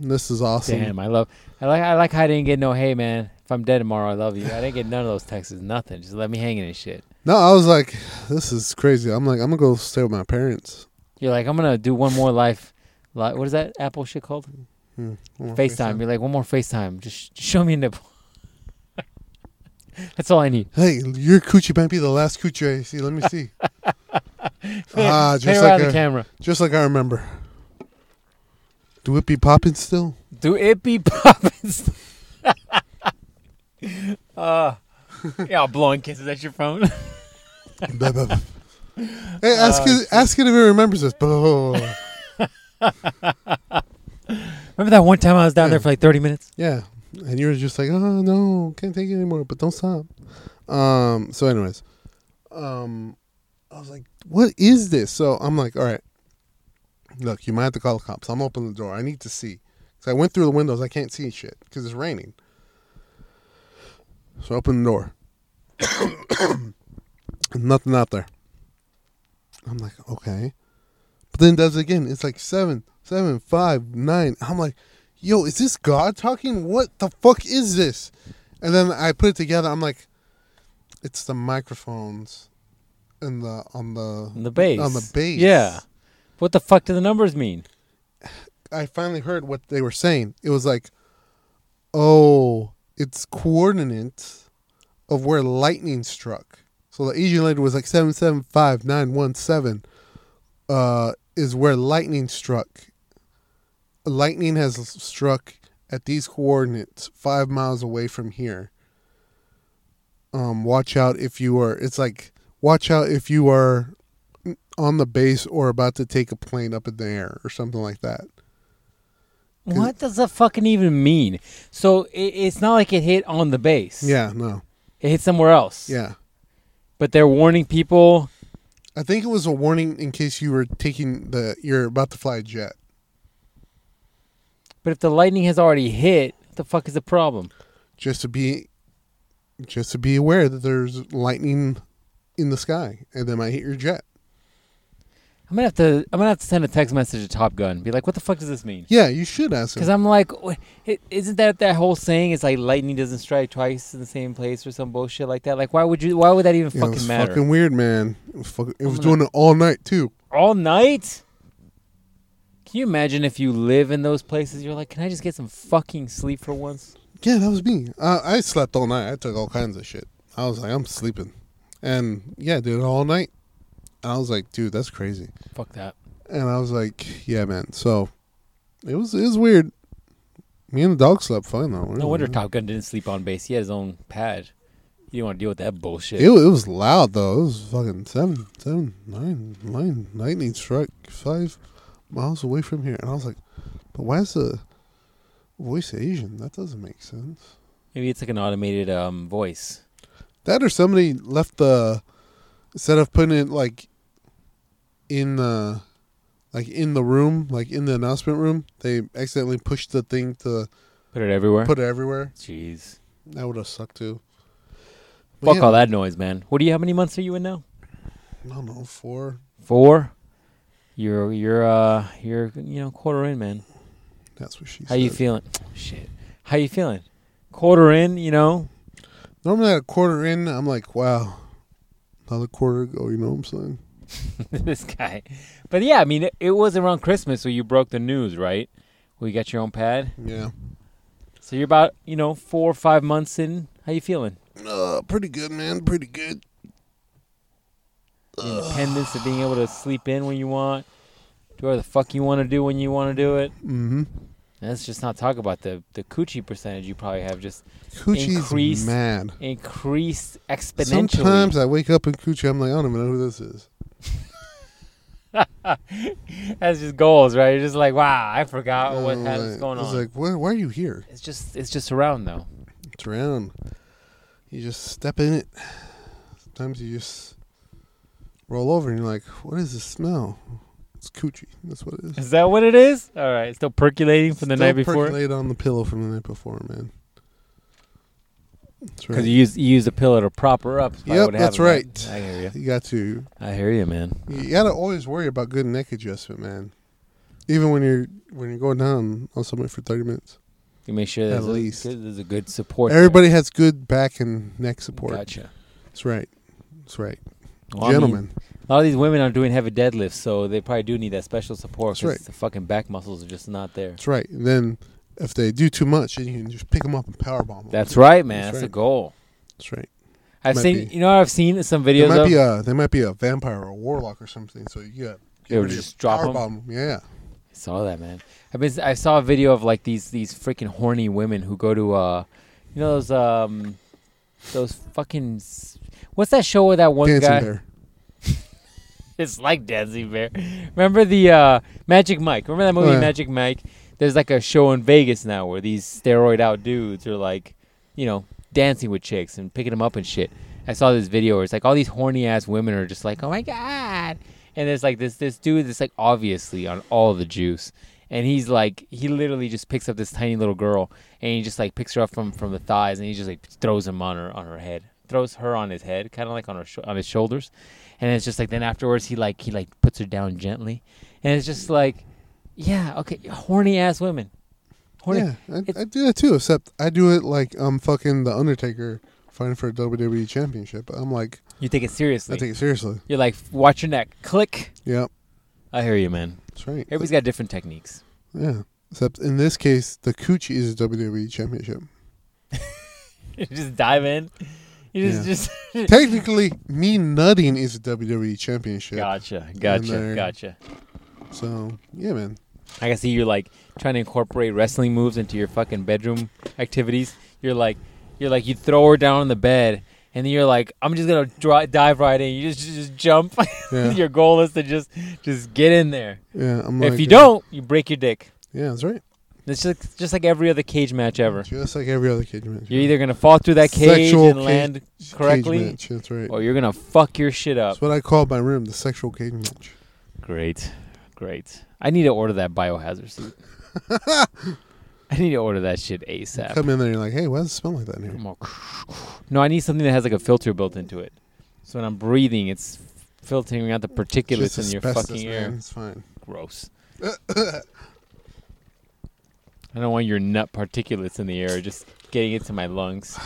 this is awesome.
Damn, I love. I like. I like how I didn't get no. Hey, man, if I'm dead tomorrow, I love you. I didn't get none of those texts. Nothing. Just let me hang in and shit.
No, I was like, this is crazy. I'm like, I'm gonna go stay with my parents.
You're like, I'm gonna do one more life. Li- what is that Apple shit called?
Hmm.
FaceTime. You're like, one more FaceTime. Just, sh- just show me a nipple. *laughs* That's all I need.
Hey, your coochie might be the last coochie I see. Let me see. ah,
Hang
just
around
like
the
I,
camera.
just like I remember. Do it be popping still?
Do it be *laughs* poppin'? uh, yeah, I'm blowing kisses at your phone. *laughs*
Blah, blah, blah. hey, ask
Ah,
it. Ask it if it remembers this. Blah, blah, blah, blah.
Remember that one time I was down
Yeah.
there for like 30 minutes?
yeah, and you were just like, oh no, can't take it anymore. But don't stop. Um. So, anyways, um, I was like, what is this? So I'm like, all right. Look, you might have to call the cops. I'm opening the door. I need to see. Cause I went through the windows. I can't see shit because it's raining. So I open the door. *coughs* Nothing out there. I'm like, okay. But then it does it again. It's like seven, seven, five, nine. I'm like, yo, is this God talking? What the fuck is this? And then I put it together. I'm like, it's the microphones in the on the
On the base.
on the base.
Yeah. What the fuck do the numbers mean?
I finally heard what they were saying. It was like, oh, it's coordinates of where lightning struck. So the Asian lady was like seven seven five nine one seven, uh, is where lightning struck. Lightning has struck at these coordinates five miles away from here. Um, watch out if you are. It's like watch out if you are on the base or about to take a plane up in the air or something like that.
What does that fucking even mean? So it, it's not like it hit on the base.
Yeah, no,
It hit somewhere else.
yeah.
But they're warning people.
I think it was a warning in case you were taking the you're about to fly a jet.
But if the lightning has already hit, what the fuck is the problem?
just to be just to be aware that there's lightning in the sky and they might hit your jet.
I'm gonna have to. I'm gonna have to send a text message to Top Gun. Be like, what the fuck does this mean?
Yeah, you should ask
Because
them.
I'm like, wh- i- isn't that that whole saying? It's like lightning doesn't strike twice in the same place or some bullshit like that. Like, why would you? Why would that even
Yeah, it
fucking
was
matter?
fucking weird, man. It was, fuck- it was
gonna-
doing it all night too.
All night. Can you imagine if you live in those places? You're like, can I just get some fucking sleep for once?
Yeah, that was me. Uh, I slept all night. I took all kinds of shit. I was like, I'm sleeping, and yeah, I did it all night. I was like, dude, that's crazy.
Fuck that.
And I was like, yeah, man. So it was it was weird. Me and the dog slept fine though.
No wonder
Really.
Top Gun didn't sleep on base. He had his own pad. He didn't want to deal with that bullshit.
It, wa- it was loud though. It was fucking seven, seven, nine, nine, lightning struck five miles away from here, and I was like, "But why is the voice Asian? That doesn't make sense."
Maybe it's like an automated um, voice.
That or somebody left the instead of putting it like in the like in the room, like in the announcement room, they accidentally pushed the thing to
Put it everywhere.
put it everywhere.
Jeez.
That would have sucked too. But
Fuck
yeah,
all that noise, man. What do you? How many months are you in now?
I don't know four.
Four. You're you're uh you're you know quarter in, man.
That's what she
How
said.
you feeling? Shit. How you feeling? Quarter in, you know. *laughs*
Normally at a quarter in, I'm like, wow, another quarter ago. You know what I'm saying?
this guy. But yeah, I mean, it, it was around Christmas, so you broke the news, right? Well, you got your own pad,
Yeah.
so you're about you know four or five months in. How you feeling?
Uh, pretty good, man. Pretty good.
The independence of being able to sleep in when you want, do whatever the fuck you want to do when you want to do it.
Mm-hmm.
And let's just not talk about the the coochie percentage you probably have just
Coochie's
Increased
mad.
increased exponentially.
Sometimes I wake up in Coochie. I'm like, I don't even know who this is.
*laughs* That's just goals, right? You're just like, wow, I forgot what
I'm
was
like-
going
I was
on.
like, why, why are you here?
it's just, it's just around though.
It's around. You just step in it. Sometimes you just roll over and you're like, what is this smell? It's Coochie. That's what it is.
Is that what it is? All right, still percolating from the
Still
night before.
percolate on the pillow from the night before, man. That's
Because you use you use a pillow to prop her up. is probably
Yep,
what
that's
happened,
right.
I hear you.
You got to.
I hear you, man.
You gotta always worry about good neck adjustment, man. Even when you're when you're going down on somebody for thirty minutes,
You make sure
At
there's,
least.
A, good- there's a good support. there.
everybody has good back and neck support.
Gotcha.
That's right. That's right,
Well, I mean,
gentlemen.
a lot of these women are doing heavy deadlifts, so they probably do need that special support.
That's
'cause
right.
The fucking back muscles are just not there.
that's right. And then if they do too much, then you can just pick them up and powerbomb them.
That's right, man. That's,
That's
a
right.
goal.
That's right.
I've
Might
seen.
be.
You know, what I've seen some
There
videos
might
of.
be a there might be a vampire or a warlock or something. So you got
They would just drop 'em?
Bomb. Yeah.
Saw that man. I mean, I saw a video of like these these freaking horny women who go to uh, you know those um, those fucking s- what's that show with that one
Dancing
guy?
bear.
*laughs* It's like Dancing Bear. Remember the uh, Magic Mike? Remember that movie
yeah.
Magic Mike? There's like a show in Vegas now where these steroid out dudes are like, you know, dancing with chicks and picking them up and shit. I saw this video where it's like all these horny ass women are just like, oh my god, and there's like this this dude that's like obviously on all the juice, and he's like he literally just picks up this tiny little girl and he just like picks her up from from the thighs and he just like throws him on her on her head, throws her on his head, kind of like on her sho on his shoulders, and it's just like then afterwards he like he like puts her down gently, and it's just like, yeah, okay, horny ass women, horny.
Yeah, I, I
it's-
do that too. Except I do it like I'm fucking the Undertaker fighting for a WWE championship. I'm like,
You take it seriously.
I take it seriously.
You're like, watch your neck, click.
Yeah,
I hear you, man.
that's right.
Everybody's got different techniques. *laughs*
yeah. Except in this E case, the coochie is a WWE championship.
just dive in You just,
Yeah.
just
Technically, me nutting is a WWE championship.
*laughs* gotcha, gotcha,
there.
gotcha.
So yeah,
*laughs*
man.
I can see you're like trying to incorporate wrestling moves into your fucking bedroom activities. You're like, you're like, you throw her down on the bed, and then you're like, I'm just gonna dri dive right in. You just just jump.
Yeah.
*laughs* your goal is to just just get in there.
Yeah, I'm like.
if you
uh,
don't, you break your dick.
yeah, that's right.
It's just just like every other cage match ever.
Just like every other kid, man.
You're either gonna fall through that cage
Sexual
and
cage-
land
Cage
correctly,
match, That's right.
or you're gonna fuck your shit up.
That's what I call my room, the sexual cage match.
Great, great. I need to order that
*laughs*
biohazard suit. I need to order that shit ASAP.
Come in there, and you're like, hey, why does it smell like that in here?
I'm all No, I need something that has like a filter built into it. So when I'm breathing, it's filtering out the
Just
particulates in your
asbestos,
fucking
man,
air.
It's fine. *laughs*
Gross. I don't want your nut particulates in the air just getting into my lungs.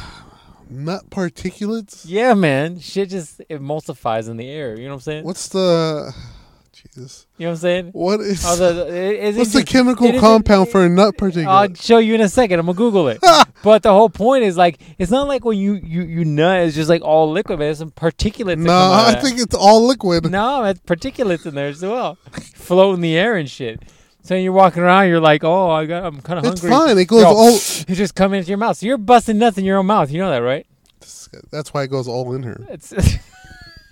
Nut particulates.
Yeah, man. Shit just emulsifies in the air. You know what I'm saying?
What's the? *sighs* Jesus.
You know what I'm saying?
What is?
Oh, the- the- it-
*laughs*
it's
what's the
interesting. it
chemical
isn't-
compound for a nut
I'll
particulate?
show you in a second. I'm gonna
*laughs*
Google it. but the whole point is like, it's not like when you you you nut, it's just like all liquid. Man, there's some particulates. that
No,
come out of
I
that.
think it's all *laughs* liquid.
No, it's particulates in there as well, float in the air and shit. So you're walking around, you're like, oh, I got, I'm kind of
it's
hungry.
fine. It goes
Yo,
all.
It's just coming into your mouth. So you're busting nuts in your own mouth. You know that, right?
That's why it goes all in here.
It's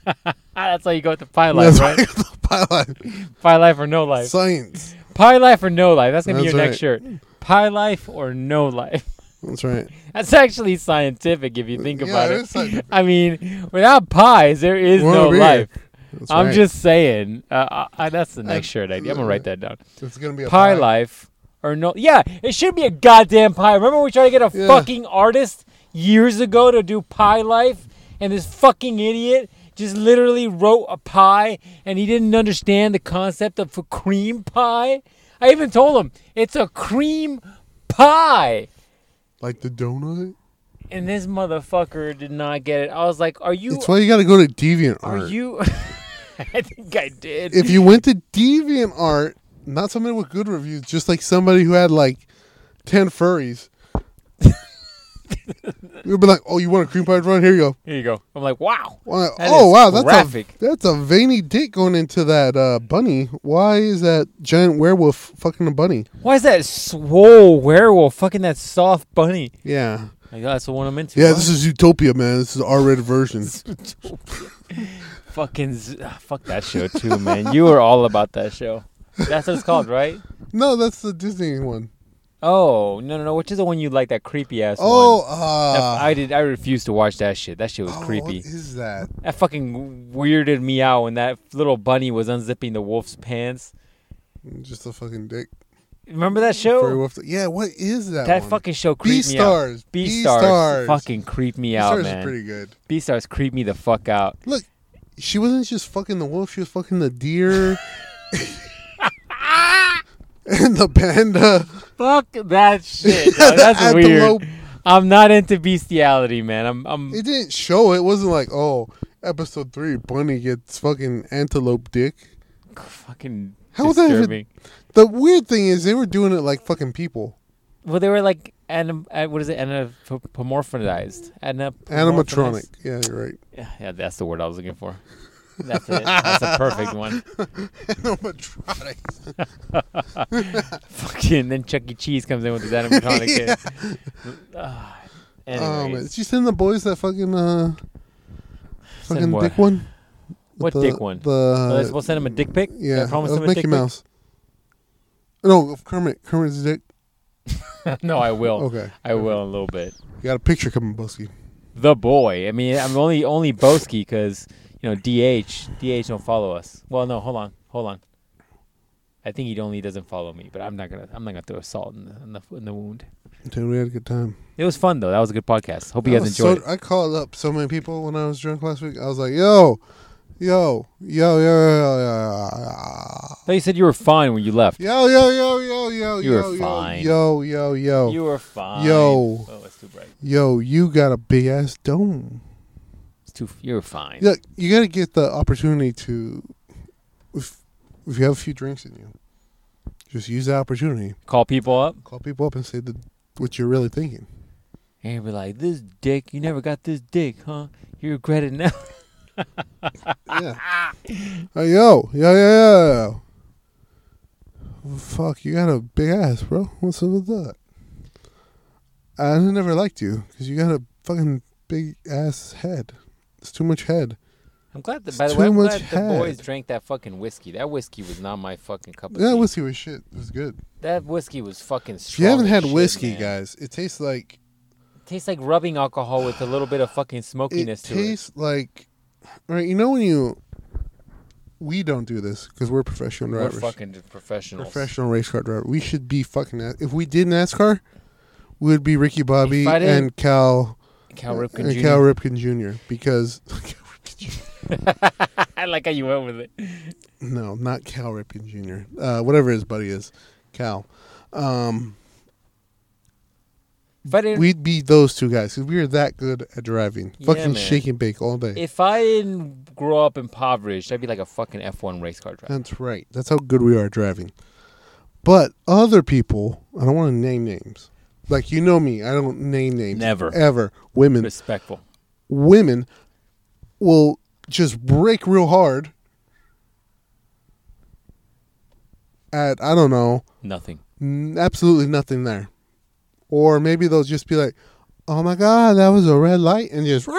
*laughs* that's how you go with the pie life,
That's why
right?
it goes all in here.
Pie life or no life.
Science.
pie life or no life. That's gonna be
That's
your next shirt. Pie life or no life. *laughs*
That's right.
That's actually scientific if you think
Yeah,
about
it
it.
is scientific.
I mean, without pies, there is
We're
no
over here.
life.
That's
I'm
right.
just saying. Uh, uh, uh, that's the next
Uh,
shirt idea. I'm gonna write that down.
It's gonna be a
pie life or no yeah it should be a goddamn pie remember we tried to get a
Yeah.
fucking artist years ago to do pie life and this fucking idiot just literally wrote a pie and he didn't understand the concept of a cream pie i even told him it's a cream pie
Like the donut.
and this motherfucker did not get it i was like are you
That's why you got to go to Deviant
are
Art.
you *laughs* i think i did
if you went to Deviant Art, not somebody with good reviews, just like somebody who had like ten furries, *laughs* you'd be like, "Oh, you want a cream pie run? Here you go."
here you go i'm like wow
Well,
That
oh
is
wow, that's
graphic.
a that's a veiny dick going into that uh, bunny. Why is that giant werewolf fucking a bunny?
why is that swole werewolf fucking that soft bunny
Yeah,
Like, oh, that's the one I'm into.
yeah. This is Utopia, man. This is the R-rated version.
*laughs* fucking z- ah, fuck that show too, man. You were all about that show. That's what it's called, right?
No, that's the Disney one.
Oh no, no, no. Which is the one you like? That creepy ass
Oh,
one. That-
uh,
I did. I refused to watch that shit. That shit was
oh, What
creepy.
is that?
That fucking weirded me out when that little bunny was unzipping the wolf's pants.
Just a fucking dick.
Remember that
Furry
show?
wolf. Yeah, what is that?
Oh. That
one?
fucking show
B
creeped me out.
stars.
B stars fucking creeped me out,
stars is
man.
pretty good.
B stars creeped me the fuck out.
Look, she wasn't just fucking the wolf; she was fucking the deer *laughs* and the panda.
Fuck that shit.
*laughs*
dog. That's weird. I'm not into bestiality, man. I'm I'm
It didn't show. It wasn't like, oh, episode three, bunny gets fucking antelope dick.
fucking
How would that even-
disturbing.
The weird thing is, they were doing it like fucking people.
Well, they were like anim- uh, what is it? Anapomorphized.
Animatronic. Yeah, you're
*laughs*
right.
Yeah, yeah, that's the word I was looking *laughs* for. That's it. That's a perfect one.
Animatronic.
Fucking then Chuck E. Cheese comes in with
*laughs*
his animatronic. yeah.
Oh, Um,
anyways,
did you send the boys that fucking uh,
Send
fucking
what?
dick one?
What
The-
dick one?
The
Oh, that's- we'll send him a dick pic. Did I
Yeah,
promise
of
him a
Mickey
dick pic?
Mouse. No, of Kermit. Kermit's dick.
*laughs* no, I will.
Okay,
I will in a little bit.
you got a picture coming, Busky.
The boy. I mean, I'm only only Boski because you know DH DH don't follow us. Well, no, hold on, hold on. I think he only doesn't follow me, but I'm not gonna I'm not gonna throw salt in the in the, in the wound.
Dude, we had a good time.
It was fun though. That was a good podcast. Hope you
I
guys
was
enjoyed
so-
it.
I called up so many people when I was drunk last week. I was like, "Yo, yo, yo, yo, yo,
I thought you said you were fine when you left.
yo, yo, yo, yo, yo, yo,
You were
yo,
fine.
yo, yo, yo,
You were fine.
Yo.
Oh, it's too bright.
yo. You got a big ass dome.
It's too. You were fine.
Look, you got to get the opportunity to, if if you have a few drinks in you, just use that opportunity.
Call people up.
Call people up and say the, what you're really thinking.
and he'd be like, "This dick, you never got this dick, huh? You regret it now."
yeah. *laughs* Hey, yo, yeah, yeah, yeah. Fuck, you got a big ass, bro. What's up with that? I never liked you because you got a fucking big ass head. It's too much head.
I'm glad that.
It's
By the
too
way, I'm
much
glad the boys
head.
drank that fucking whiskey. That whiskey was not my fucking cup of
That
tea.
whiskey was shit. It was good.
that whiskey was fucking.
If you haven't
strong
had
as shit,
whiskey,
man.
guys, it tastes like
It tastes like rubbing alcohol with a little bit of fucking
it
smokiness to it.
tastes like right. You know when you we don't do this because we're professional
We're
drivers.
fucking professionals.
professional race car driver. We should be fucking. Nas- If we did NASCAR, we would be Ricky Bobby
If I didn't-
and Cal
Cal Ripken
and
Jr.
Cal Ripken Jr. Because
I like how you went with it.
no, not Cal Ripken Jr. Uh, whatever his buddy is, Cal. Um,
If I didn't,
we'd be those two guys because we are that good at driving.
Yeah,
Fucking
man.
shake and bake all day.
if I didn't grow up impoverished, I'd be like a fucking F1 race car driver.
That's right. That's how good we are at driving. But other people, I don't want to name names. Like you know me, I don't name names
Never.
ever. Women,
Respectful.
women will just break real hard at I don't know,
Nothing.
n- absolutely nothing there. Or maybe they'll just be like, "Oh my god, that was a red light," and just *laughs*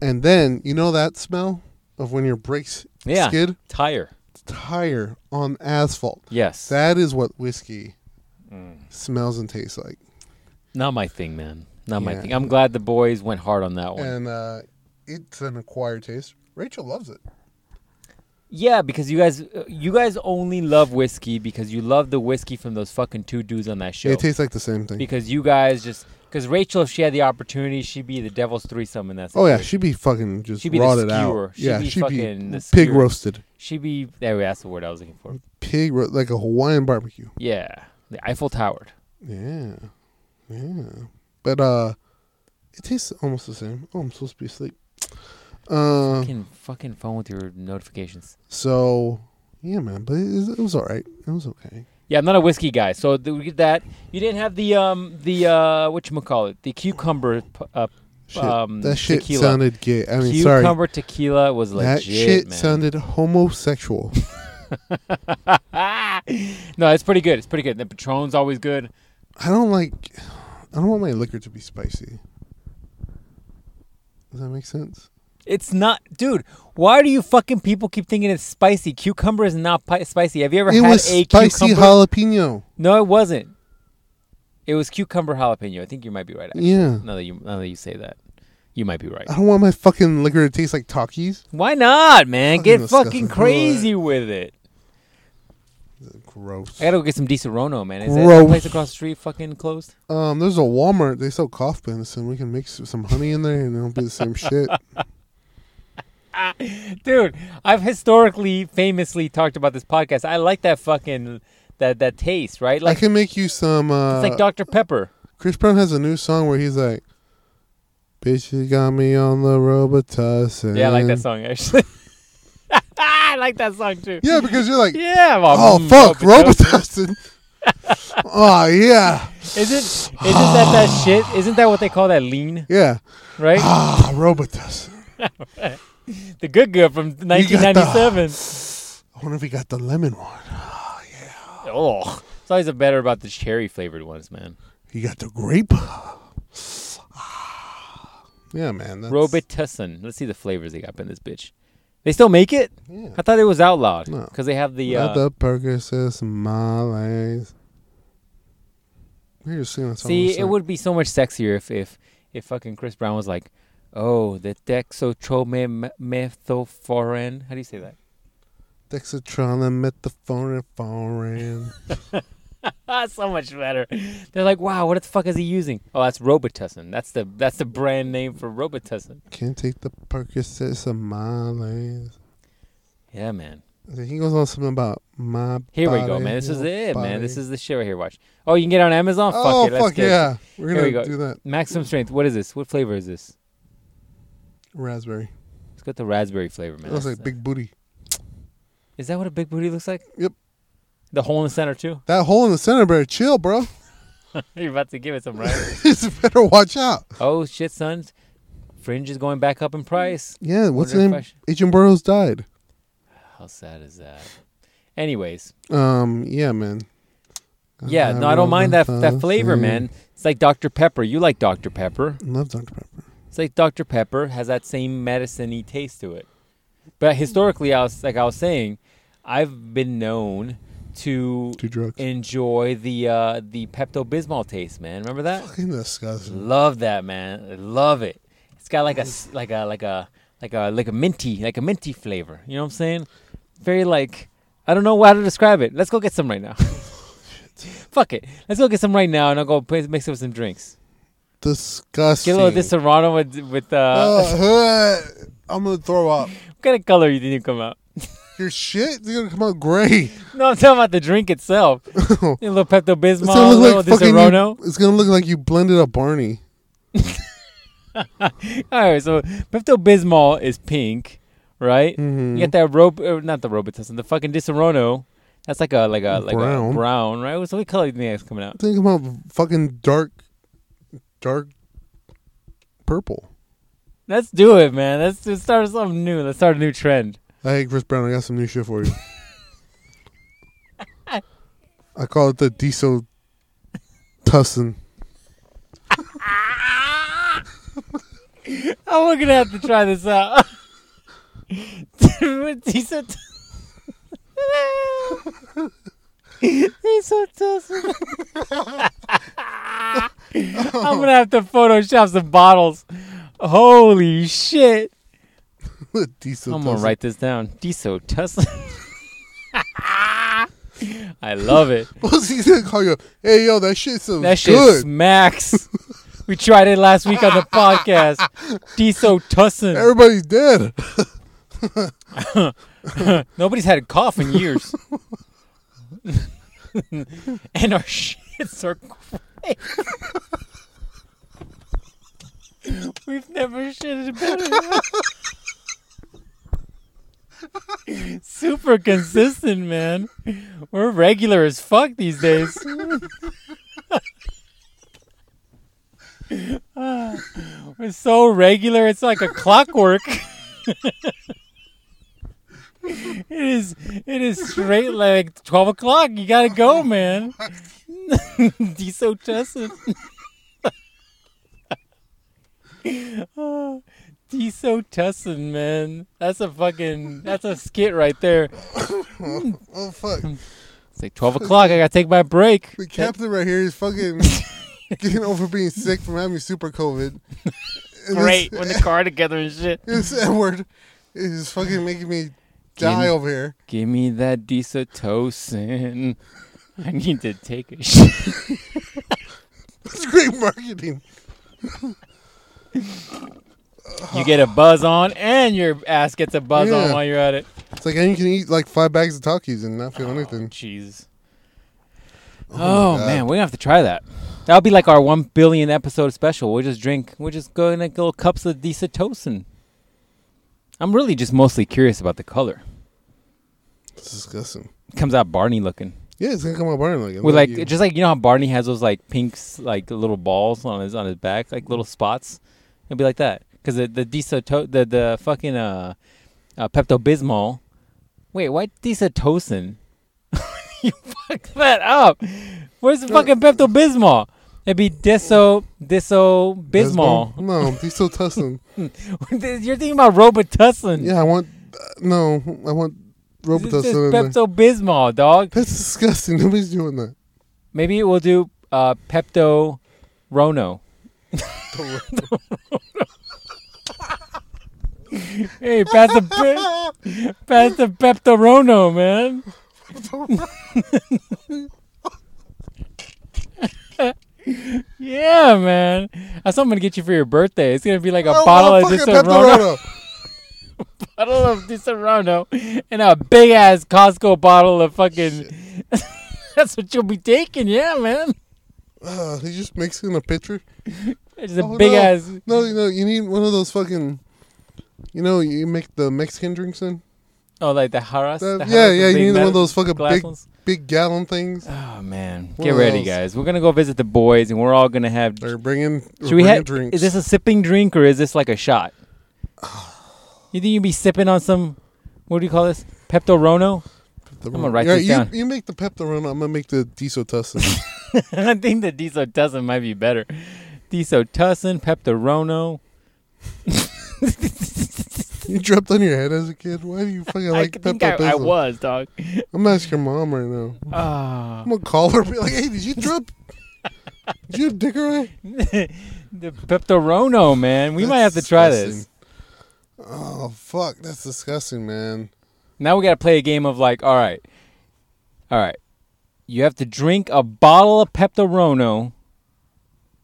And then, you know that smell of when your brakes
Yeah.
skid
Tire.
tire on asphalt.
Yes.
That is what whiskey smells and tastes like.
Not my thing, man. Not my
Yeah.
thing. I'm glad the boys went hard on that one.
And uh, it's an acquired taste. Rachel loves it.
yeah, because you guys, uh, you guys only love whiskey because you love the whiskey from those fucking two dudes on that show.
It tastes like the same thing.
*laughs* because you guys just, because Rachel, if she had the opportunity, she'd be the devil's threesome in that.
Oh yeah,
situation.
she'd be fucking just
She'd be the
rotted out.
skewer. She'd
yeah,
be
she'd
fucking
be
the
pig
skewer.
roasted,
she'd be there. That's the word I was looking for.
pig ro- like a Hawaiian barbecue.
Yeah, the Eiffel Towered.
Yeah, yeah. But uh, it tastes almost the same. Oh, I'm supposed to be asleep. Uh,
Fucking fucking phone with your notifications.
so yeah, man. But it, was- it was all right. It was okay.
Yeah, I'm not a whiskey guy, so th- we get that you didn't have the um the uh what you call it the cucumber p- uh,
Shit,
Um,
that shit
tequila.
sounded gay. I mean, sorry.
cucumber tequila was legit.
that shit
man.
sounded homosexual.
*laughs* no, it's pretty good. It's pretty good. The Patron's always good.
I don't like. I don't want my liquor to be spicy. Does that make sense?
It's not, dude. Why do you fucking people keep thinking it's spicy? Cucumber is not pi- spicy. Have you ever
It
had
was
a
spicy
cucumber?
jalapeno.
no, it wasn't. It was cucumber jalapeno. I think you might be right. Actually.
Yeah.
Now that you now that you say that, you might be right.
I don't want my fucking liquor to taste like Takis.
Why not, man?
Fucking
Get
disgusting.
fucking crazy with it.
Gross.
I gotta go get some decent Rono, man. Is that- that
Gross.
place across the street fucking closed?
Um, there's a Walmart. They sell cough medicine. We can mix some honey in there, and it'll be the
*laughs*
same shit.
Dude, I've historically famously talked about this podcast. I like that fucking that that taste, right?
I
Like
can make you some. Uh,
it's like Dr. Pepper.
Chris Brown has a new song where he's like, "Bitch, you got me on the Robitussin."
Yeah, I like that song actually. *laughs* I like that song too.
Yeah, because you're
*laughs*
like,
Yeah. well,
"Oh
mm,
fuck,
Robitussin.
Robitussin." *laughs* oh yeah,
Isn't isn't that
*sighs*
that shit? Isn't that what they call that lean?
yeah.
Right?
*gasps* Ah, Robitussin.
The good good from
You got the-
1997.
I wonder if he got the lemon one.
Oh, it's always a better about the cherry flavored ones, man.
He got the grape. Ah. yeah, man. That's,
Robitussin. Let's see the flavors they got in this bitch. They still make it?
Yeah.
I thought it was outlawed
No.
because they have the.
Not the
Uh,
Percocets, Malays. We were just singing that song.
see,
last
it
night.
would be so much sexier if if if fucking Chris Brown was like, oh, the dexotromethophoran. How do you say that?
Dexatron and methamphetamine, foreign.
*laughs* Ah, so much better. They're like, wow, what the fuck is he using? Oh, that's Robitussin. That's the that's the brand name for Robitussin.
Can't take the Percocets, and Malays.
Yeah, man.
And then He goes on something about my.
Here we go,
body,
man. This is
your
it, man. This
body.
is the shit right here. Watch. Oh, you can get it on Amazon.
Oh
fuck it. Let's
fuck
get it.
yeah! We're gonna
Here we go.
do that.
Maximum strength. What is this? What flavor is this?
Raspberry.
Let's get the raspberry flavor, man.
That looks
That's-
like big booty.
Is that what a big booty looks like?
Yep.
The hole in the center too. *laughs*
That hole in the center, better chill, bro. *laughs*
You're about to give it some, right?
it's better watch out.
oh shit, sons! Fringe is going back up in price.
Yeah, what's
Wonder
the name?
if I sh-
Agent Burrows died.
How sad is that? Anyways,
Um, yeah, man. Uh,
yeah, no, I don't mind that that flavor, man. It's like Dr Pepper. You like Dr Pepper?
Love Dr Pepper.
It's like Dr Pepper has that same medicine-y taste to it. But historically, I was like I was saying, I've been known to
Two drugs.
enjoy the uh, the Pepto Bismol taste, man. Remember that?
Fucking disgusting.
Love that, man. I Love it. It's got like a s- like a like a like a like a minty like a minty flavor. You know what I'm saying? Very like I don't know how to describe it. Let's go get some right now. *laughs* Fuck it. Let's go get some right now, and I'll go play, mix up some drinks.
Disgusting.
Get a little this Serrano with with uh.
Uh, I'm gonna throw up.
*laughs* what kind of color you think you come out?
Your shit is gonna come out gray.
No, I'm talking about the drink
*laughs*
itself. a little Pepto
It's
Bismol,
gonna
a
look
little
like
this
fucking.
Serrano.
You, it's gonna look like you blended a Barney.
*laughs* All right, so Pepto Bismol is pink, right?
Mm-hmm.
You get that rope, uh, not the Robitussin, the fucking Disaronno. That's like a like a like a
Brown.
brown, right? What's what color do you think that's coming out?
Think about fucking dark, dark purple.
Let's do it, man. Let's just start something new. Let's start a new trend.
Hey, Chris Brown, I got some new shit for you. I call it the diesel tussin. *laughs*
Oh, we're gonna have to try this out. *laughs* Decent. Decent. *laughs* I'm gonna have to Photoshop some bottles. Holy shit.
The diesel
I'm gonna
tussin.
write this down. Diesel Tesla. *laughs* I love it.
*laughs* What's he gonna call you? Hey, yo, that shit sounds
That shit
good.
smacks. We tried it last week on the podcast. Diesel Tussin.
Everybody's dead.
Nobody's had a cough in years. *laughs* and our shits are great. We've never shitted better. Super consistent, man. We're regular as fuck these days. *laughs* Ah, We're so regular, it's like a clockwork. it is it is straight like twelve o'clock. You gotta go, man. *laughs* Diesel *laughs* Chesson. Diesel Tussin, man. That's a fucking that's a skit right there.
Oh
*laughs*
fuck!
It's like twelve o'clock, I gotta take my break.
The captain right here is
*laughs*
fucking getting over being sick from having super COVID. And
Great when the car together and shit.
This, this Edward is fucking making me die
Getting-
over here. *laughs*
Give me that Diesel I need to take a shit.
It's great marketing.
You get a buzz on and your ass gets a buzz on
Yeah.
while you're at it.
It's like and you can eat like five bags of Takis and not feel anything.
Jeez.
Oh
Oh,
my God.
man, we're gonna have to try that. That'll be like our one billion episode special. We'll just drink. We're just going to little cups of desitocin. I'm really just mostly curious about the color.
It's disgusting.
comes out Barney looking.
Yeah, it's gonna come out burning like
With like
you.
just like you know how Barney has those like pink s- like little balls on his on his back, like little spots. It'll be like that because the the desoto the the fucking uh, uh Pepto Bismol. Wait, why desotocin? *laughs* you fucked that up. Where's the fucking Pepto Bismol? It'd be deso deso
Bismol?
Bismol.
No, diesel
*laughs*
tussin.
You're thinking about Robitussin.
yeah, I want uh, no, I want
This is
Robitussin. in there.
Pepto Bismol, dog.
That's disgusting. *laughs* Nobody's doing that.
Maybe we'll do uh, Pepto Rono. Hey, pass the pe- pass the pepperono, man. yeah, man. That's what I'm gonna get you for your birthday. It's gonna be like a
I
bottle
want
of
fucking Pepto-Rono.
Disaronno, *laughs* bottle of Disaronno, and a big ass Costco bottle of fucking. *laughs* That's what you'll be taking, yeah, man.
Uh, he just makes it in a picture.
It's a
Oh,
big
no.
ass.
No, you know, you need one of those fucking. You know, you make the Mexican drinks in.
Oh, like the haras.
That-
the
yeah,
Haras, the
yeah, you
big
need one
metal
of those fucking
glass
big
ones?
big gallon things.
Oh man,
What
get ready,
else?
guys. We're gonna go visit the boys, and we're all gonna have.
They're bringing.
Should we have?
drinks.
Is this a sipping drink or is this like
*sighs*
a shot? You think you'd be sipping on some? What do you call this? Pepto Rono? *laughs*
The
gonna
Rona.
write
Yeah,
this
you,
down.
You make the Pepto Rona. I'm gonna make the Desotussin.
I think the Desotussin might be better. Desotussin, Pepto Rono.
*laughs* you dropped on your head as a kid. Why do you fucking like
I think I,
Pepto
I was dog. *laughs*
I'm gonna ask your mom right now.
Ah. *laughs*
I'm gonna call her. and Be like, hey, did you drop? did you dick around?
the Pepto Rono, man. *laughs* We might have
That's
to try this.
disgusting. Oh fuck, that's disgusting, man.
Now we got to play a game of like, all right, all right, you have to drink a bottle of Pepto Rono,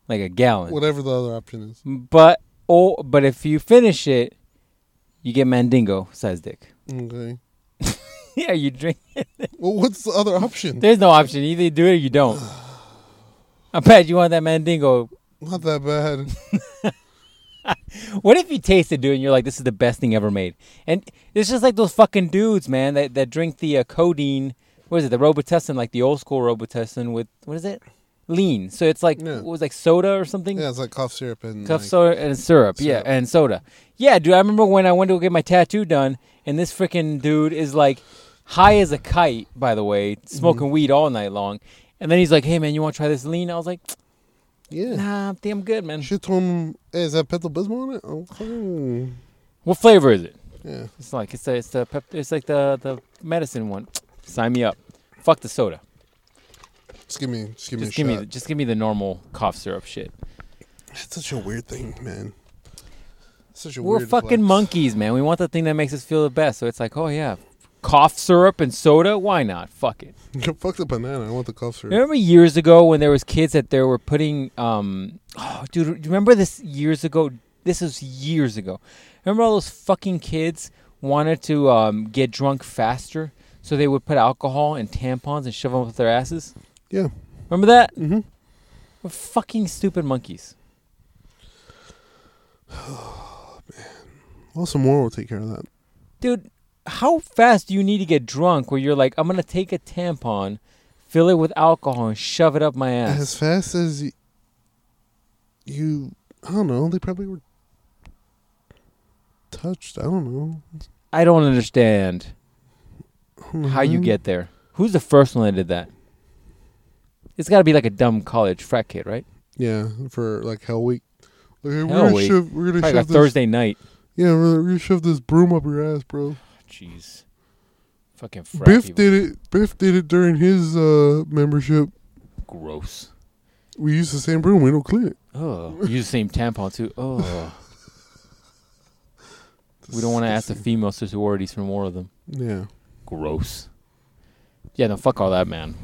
like a gallon.
Whatever the other option is.
But oh, but if you finish it, you get Mandingo size dick. *laughs*
Okay.
yeah, you drink.
Well, what's the other option?
There's no option. Either you do it or you don't. I bet you want that Mandingo.
Not that bad.
What if you taste it, dude, and you're like, "This is the best thing ever made"? And it's just like those fucking dudes, man, that that drink the uh, codeine. What is it? The Robitussin, like the old school Robitussin with what is it? Lean. So it's like
Yeah.
what was it, like soda or something.
Yeah, it's like cough syrup and
Cuff
like,
soda and syrup, yeah,
syrup.
and soda. Yeah, dude, I remember when I went to go get my tattoo done, and this freaking dude is like high as a kite, by the way, smoking
Mm-hmm.
weed all night long. And then he's like, "Hey, man, you want to try this lean?" I was like,
Yeah.
"Nah, I think I'm good, man."
She told him, "Hey, is that Pepto Bismol on it?" Oh, fucking-
What flavor is it?
yeah.
It's like it's a, it's the pep, it's like the the medicine one. Sign me up. Fuck the soda.
Just give me, just give
just
me
give
a
me
shot.
the, just give me the normal cough syrup shit.
That's such a weird thing, man. Such a
We're
weird
fucking
flex.
monkeys, man. We want the thing that makes us feel the best. So it's like, oh yeah, cough syrup and soda. Why not? Fuck it.
*laughs* Fuck the banana. I want the cough syrup.
Remember years ago when there was kids that they were putting um oh dude, do you remember this years ago? This was years ago. Remember all those fucking kids wanted to um, get drunk faster, so they would put alcohol and tampons and shove them up their asses?
Yeah.
Remember that?
Mhm.
We're fucking stupid monkeys.
Well, some more will take care of that.
Dude, how fast do you need to get drunk where you're like, I'm gonna take a tampon, fill it with alcohol and shove it up my ass?
As fast as you, you, I don't know. They probably were touched. I don't know.
I don't understand.
I don't know,
how you
man.
get there. Who's the first one that did that? It's got to be like a dumb college frat kid, right?
Yeah, for like Hell Week. Like, hey, we're
Hell
gonna
Week?
shove. We're gonna
Probably
shove
like a
this.
Thursday night.
Yeah, we're gonna shove this broom up your ass, bro.
Jeez, fucking frat
Biff
people.
did it. Biff did it during his uh membership.
Gross.
We use the same broom. We don't clean it.
Oh, use the same tampon too. Oh, we don't want to ask the female sororities for more of them.
Yeah.
Gross. Yeah, no, fuck all that, man.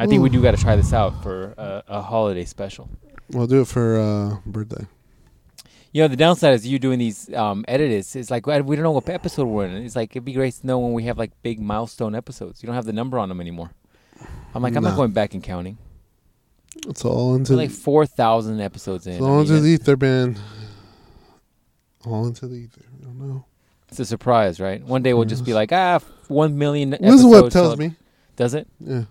I think we do got to try this out for uh, a holiday special.
We'll do it for uh birthday.
You know, the downside is you doing these um, edits. It's like we don't know what episode we're in. It's like it'd be great to know when we have like big milestone episodes. You don't have the number on them anymore. I'm like, I'm not
No.
going back and counting.
It's all into
We're like four thousand episodes in.
it's
I
all into
mean,
the ether, man. All into the ether. I don't know.
it's a surprise, right? One day we'll just be like, ah, f- one million.
Liz Webb
episodes
tells
till-
me.
Does it?
Yeah.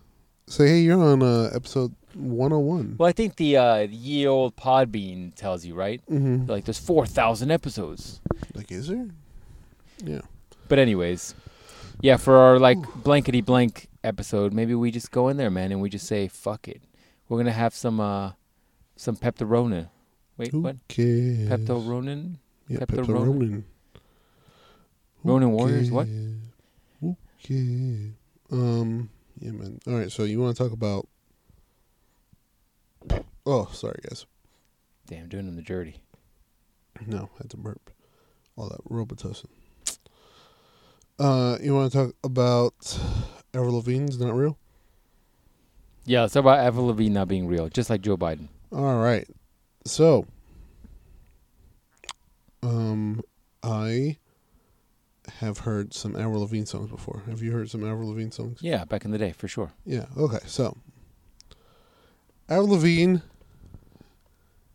Say, hey, you're on uh episode 101.
Well, I think the uh, ye old Podbean tells you, right?
Mm-hmm.
Like, there's four thousand episodes.
Like, is there? Yeah.
But anyways, yeah, for our like blankety blank episode, maybe we just go in there, man, and we just say fuck it. We're gonna have some uh some Peptorona. Wait,
Who
what?
cares?
Pepto Ronin?
Yeah,
Pepto
Pepto
Ronin.
Ronin. Who
Ronin Warriors, what?
cares? Who cares? Um, yeah, man. All right, so you want to talk about. Oh, sorry, guys.
Damn, doing him the dirty.
No, had to burp. All that Robitussin. Uh, you want to talk about Avril Lavigne's not real?
Yeah, it's about Avril Lavigne not being real, just like Joe Biden.
All right. So, um, I have heard some Avril Lavigne songs before. Have you heard some Avril Lavigne songs?
Yeah, back in the day, for sure.
Yeah. Okay. So, Avril Lavigne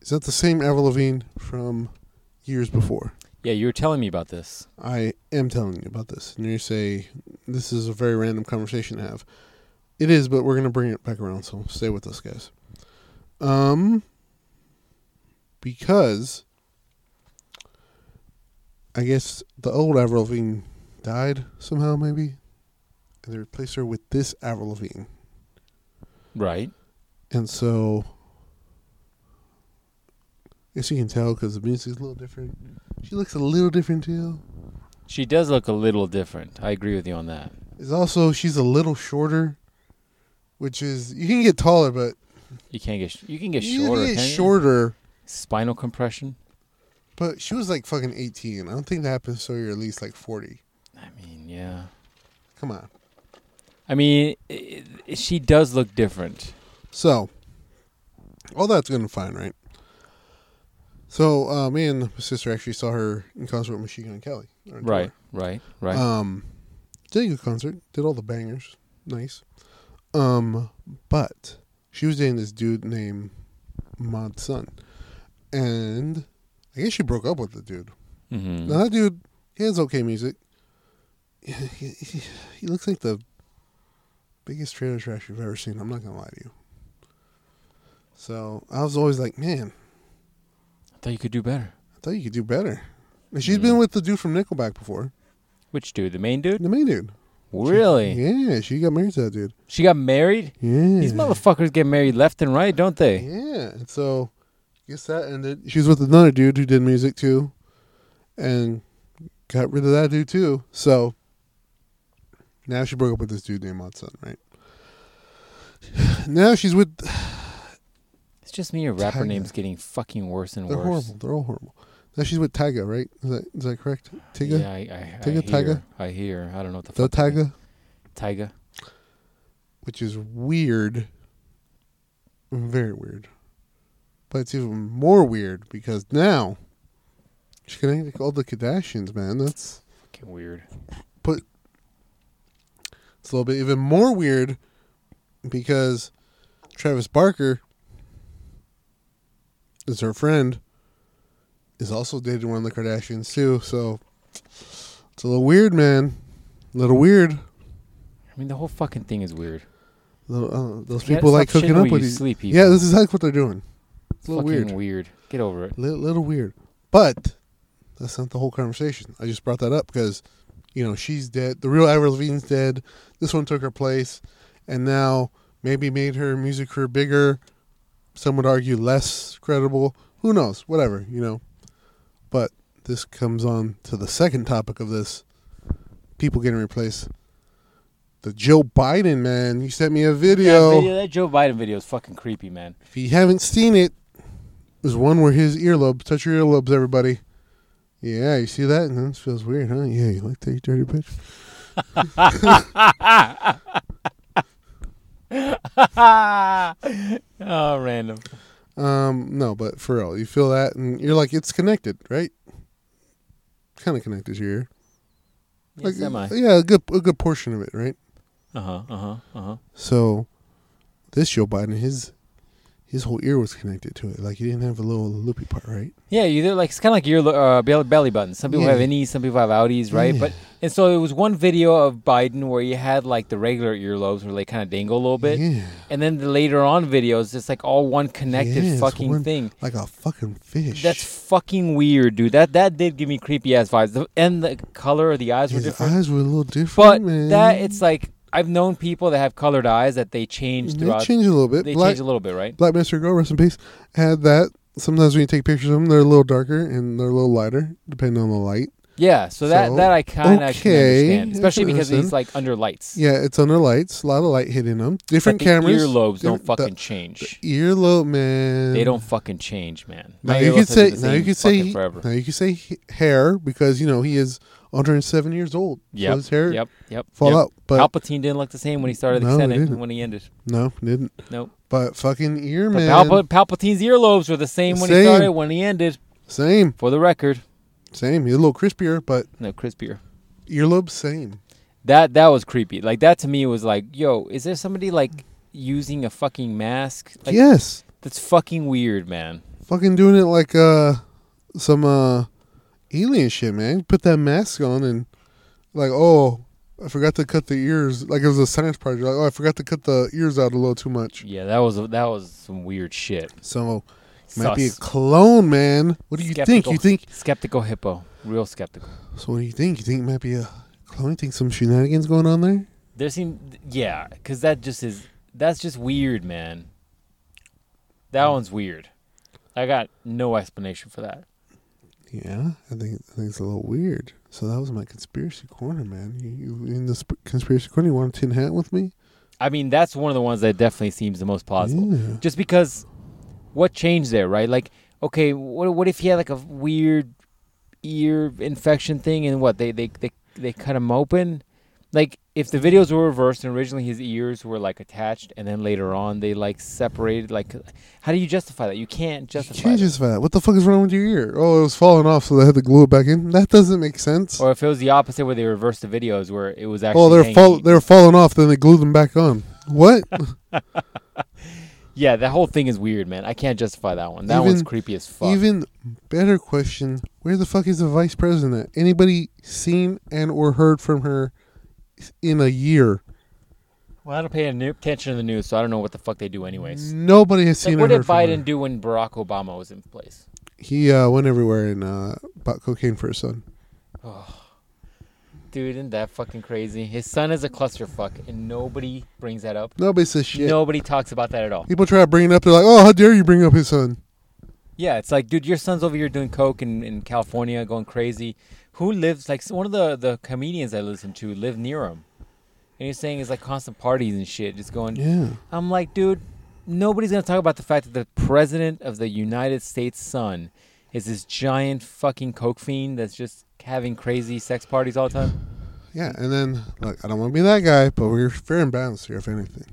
is that the same Avril Lavigne from years before?
Yeah, you were telling me about this.
I am telling you about this. And you say, this is a very random conversation to have. It is, but we're going to bring it back around, so stay with us, guys. Um, because I guess the old Avril Lavigne died somehow, maybe? And they replaced her with this Avril Lavigne.
Right.
And so, I guess you can tell because the music's a little different. She looks a little different too.
She does look a little different. I agree with you on that.
It's also she's a little shorter, which is you can get taller, but
You can't get sh- you can get
you
shorter.
can
can't
get
you?
shorter.
Spinal compression.
But she was like fucking eighteen. I don't think that happens. So you're at least like forty.
I mean, yeah.
Come on.
I mean, i i she does look different.
So all that's gonna fine, right? So uh, me and my sister actually saw her in concert with Machine Gun Kelly. on tour.
Right. Right. Right.
Um, did a good concert. Did all the bangers. Nice. Um, but she was dating this dude named Mod Sun, and I guess she broke up with the dude.
mm-hmm.
Now that dude, he has okay music. *laughs* He, he- he looks like the biggest trailer trash you've ever seen. I'm not gonna lie to you. So I was always like, man,
I thought you could do better.
I thought you could do better. And she's
Mm.
been with the dude from Nickelback before,
Which dude? The main dude?
the main dude.
Really?
Yeah, she got married to that dude.
She got married?
Yeah.
These motherfuckers get married left and right, don't they?
Yeah. and So, guess that ended. She was with another dude who did music too, and got rid of that dude too. So, now she broke up with this dude named Monson, right? Now she's with.
It's just me. Your rapper
Tyga.
name's getting fucking worse and
They're
worse.
horrible. They're all horrible. Now she's with Tyga, right? Is that is that correct? Tyga,
Yeah, I, I, I
Tyga,
hear.
Tyga?
I hear. I don't know what the
the
fuck. that means.
Tyga,
Tyga.
which is weird, very weird. But it's even more weird because now she's connected to all the Kardashians, man. That's
Fucking weird.
It's a little bit even more weird because Travis Barker is her friend, is also dating one of the Kardashians too, so it's a little weird, man. A little weird.
I mean, the whole fucking thing is weird.
Little, uh, those
You gotta
people like
stop
hooking
shitting
up
where
with
you
each-
sleep, people.
Yeah, this is exactly what they're doing. It's a little
fucking
weird.
Get over it.
Little, little weird. But that's not the whole conversation. I just brought that up because, you know, she's dead. The real Avril Lavigne's dead. This one took her place, and now maybe made her music career bigger. Some would argue less credible. Who knows? Whatever you know. But this comes on to the second topic of this: people getting replaced. The Joe Biden man. You sent me a video.
That, video, that Joe Biden video is fucking creepy, man. *laughs*
If you haven't seen it, there's one where his earlobes touch your earlobes, everybody. Yeah, you see that? And that feels weird, huh? Yeah, you like that, you dirty bitch?
oh, random.
Um, no, but for real, you feel that, and you're like, it's connected, right? Kind of connected to your ear.
Yes,
Like,
am I?
Yeah, a good, a good portion of it, right?
Uh huh. Uh huh. Uh huh.
So, this Joe Biden, his his whole ear was connected to it. Like, he didn't have a little loopy part, right?
Yeah, you do like it's kind of like your uh, bel- belly button. Some people
Yeah.
have innies, some people have outies, right?
Yeah.
But and so it was one video of Biden where he had like the regular earlobes where they kind of dangle a little bit,
yeah,
and then the later on videos, it's like all one connected
Yeah, it's
fucking
one-
thing.
like a fucking fish.
That's fucking weird, dude. That that did give me creepy ass vibes. The, and the color of the eyes were
his
different.
eyes were a little different,
But
man.
that it's like I've known people that have colored eyes that they change
They
throughout.
change a little bit.
They
Black,
change a little bit, right?
Black Mr. Go, rest in peace, had that. Sometimes when you take pictures of them, they're a little darker and they're a little lighter, depending on the light.
Yeah. So that
So,
that I kind of can
okay,
understand,
I
especially
can
because he's
understand.
like under lights.
Yeah, it's under lights, a lot of light hitting them. Different
But the
cameras.
Earlobes don't
different-
fucking
the
change.
earlobe, man.
They don't fucking change, man.
Now
My
you
earlobes
could
have
say
been the
now you
same
could say
fucking
he-
forever.
now you could say he- hair because you know he is 107 years old.
Yep,
so his hair
Yep. Yep.
fall
yep.
out, but
Palpatine didn't look the same when he started the
No, it
Senate and
didn't.
when he ended.
no, didn't.
Nope.
But fucking ear
But
man,
Palpa- Palpatine's earlobes were the same when he
Same.
started when he ended.
same,
For the record,
same. He's a little crispier, but
no crispier.
earlobe same.
That that was creepy. Like that to me was like, yo, is there somebody like using a fucking mask? Like
yes,
that's fucking weird, man.
fucking doing it like uh some uh alien shit, man. Put that mask on and like, oh, I forgot to cut the ears. Like it was a science project. Like, oh, I forgot to cut the ears out a little too much.
Yeah, that was that was some weird shit.
So might be a
Sus.
clone, man. What do you think?
Skeptical.
You think?
skeptical hippo, real skeptical.
So what do you think? You think it might be a clone? You think some shenanigans going on there?
There seem yeah, because that just is that's just weird, man. That one's weird. I got no explanation for that.
Yeah, I think I think it's a little weird. So that was my conspiracy corner, man. You, you in the sp- conspiracy corner? You want a tin hat with me?
I mean, that's one of the ones that definitely seems the most plausible.
Yeah.
Just because, what changed there, right? Like, okay, what what if he had like a weird ear infection thing, and what they they they they cut him open? Like, if the videos were reversed and originally his ears were like attached, and then later on they like separated, like, how do you justify that? You can't justify.
Can't
that.
justify that. What the fuck is wrong with your ear? Oh, it was falling off, so they had to glue it back in. That doesn't make sense.
Or if it was the opposite, where they reversed the videos, where it was actually.
oh, they're
hanging-
fall- they're falling off, then they glue them back on.
*laughs*
What?
yeah, that whole thing is weird, man. I can't justify that one. That
Even-
one's creepy as fuck.
Even better question: Where the fuck is the vice president? Anybody seen and or heard from her in a year?
well, I don't pay any attention to the news, so I don't know what the fuck they do, anyways.
Nobody has seen.
Like,
and
what
heard
did
from her.
Biden do when Barack Obama was in place?
He uh, went everywhere and uh, bought cocaine for his son.
Dude, isn't that fucking crazy? His son is a clusterfuck, and nobody brings that up.
Nobody says shit.
Nobody talks about that at all.
People try to bring it up. They're like, "Oh, how dare you bring up his son?"
Yeah, it's like, dude, your son's over here doing coke in, in California, going crazy. Who lives like one of the the comedians I listen to lived near him, and he's saying it's like constant parties and shit, just going.
Yeah,
I'm like, dude, nobody's gonna talk about the fact that the president of the United States' son is this giant fucking coke fiend that's just having crazy sex parties all the time.
yeah. And then, like, I don't want to be that guy, but we're fair and balanced here, if anything.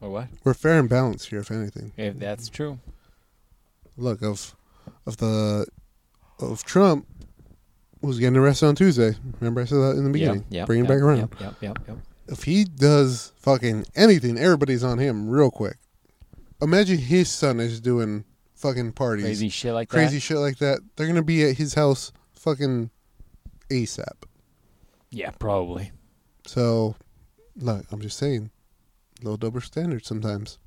Or what?
We're fair and balanced here, if anything.
If that's true.
Look, of of the of Trump was getting arrested on Tuesday. Remember, I said that in the beginning.
Yeah. yeah
bring it
yeah,
back around.
Yep. Yep. Yep. yep.
if he does fucking anything, everybody's on him real quick. Imagine his son is doing fucking parties,
Crazy shit like that.
crazy shit like that. They're gonna be at his house fucking ASAP.
Yeah, probably.
So, look, I'm just saying, little double standard sometimes.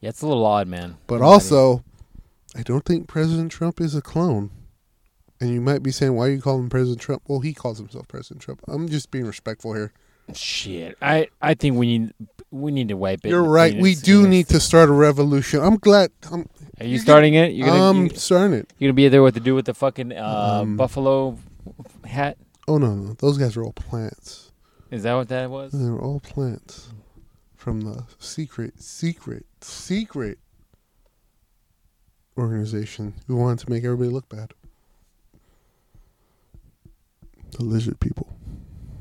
Yeah, it's a little odd, man.
But
I'm not even-
also, I don't think President Trump is a clone. And you might be saying, why are you calling him President Trump? Well, he calls himself President Trump. I'm just being respectful here.
shit. I I think we need we need to wipe it.
You're
and
right.
clean it
We
as
do
soon as-
need to start a revolution. I'm glad. I'm,
Are you starting it? You're gonna
I'm
you-
starting it.
you're gonna be there with the dude with the fucking uh,
Um,
buffalo hat.
Oh no, no, those guys are all plants.
Is that what that was?
They're all plants from the secret, secret, secret organization who wanted to make everybody look bad. The lizard people.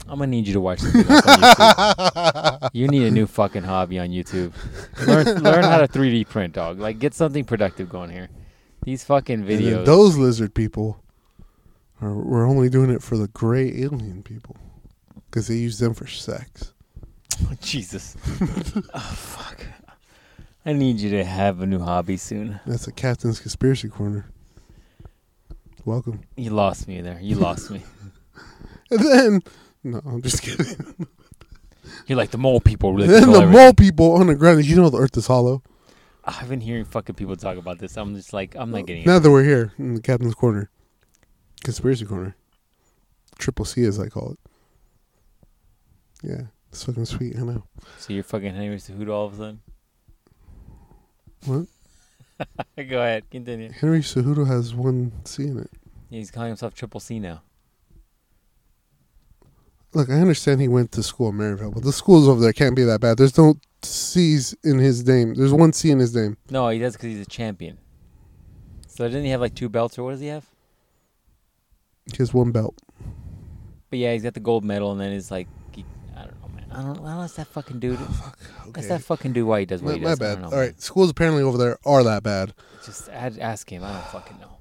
I'm gonna need you to watch something else on YouTube.
*laughs*
you need a new fucking hobby on YouTube. Learn learn how to 3D print, dog. Like get something productive going here. These fucking
And then
videos.
those lizard people are we're only doing it for the gray alien people because they use them for sex.
*laughs* Jesus. oh fuck. I need you to have a new hobby soon.
That's a captain's conspiracy corner. Welcome.
You lost me there. You lost me.
And then no, I'm just kidding.
*laughs* You're like *laughs* the mole people really.
And then
control
the
everything.
mole people on the ground. You know the Earth is hollow.
I've been hearing fucking people talk about this. I'm just like I'm not getting it.
Now that we're here in the captain's corner, conspiracy corner, triple C as I call it. Yeah, it's fucking sweet. I know.
So you're fucking Henry Cejudo all of a sudden.
What?
*laughs* Go ahead, continue.
Henry Cejudo has one C in it.
He's calling himself Triple C now.
Look, I understand he went to school in Maryville, but the schools over there can't be that bad. There's no C's in his name. There's one C in his name.
No, he does because he's a champion. So didn't he have like two belts or what does he have?
He has one belt.
But yeah, he's got the gold medal and then it's like he, I don't know, man. I don't, I don't know. It's that fucking dude. That's that fucking dude. Why he does what
My,
he
my
does? I
bad.
don't know,
All right, schools apparently over there are that bad.
man. Just add, ask him. I don't fucking know.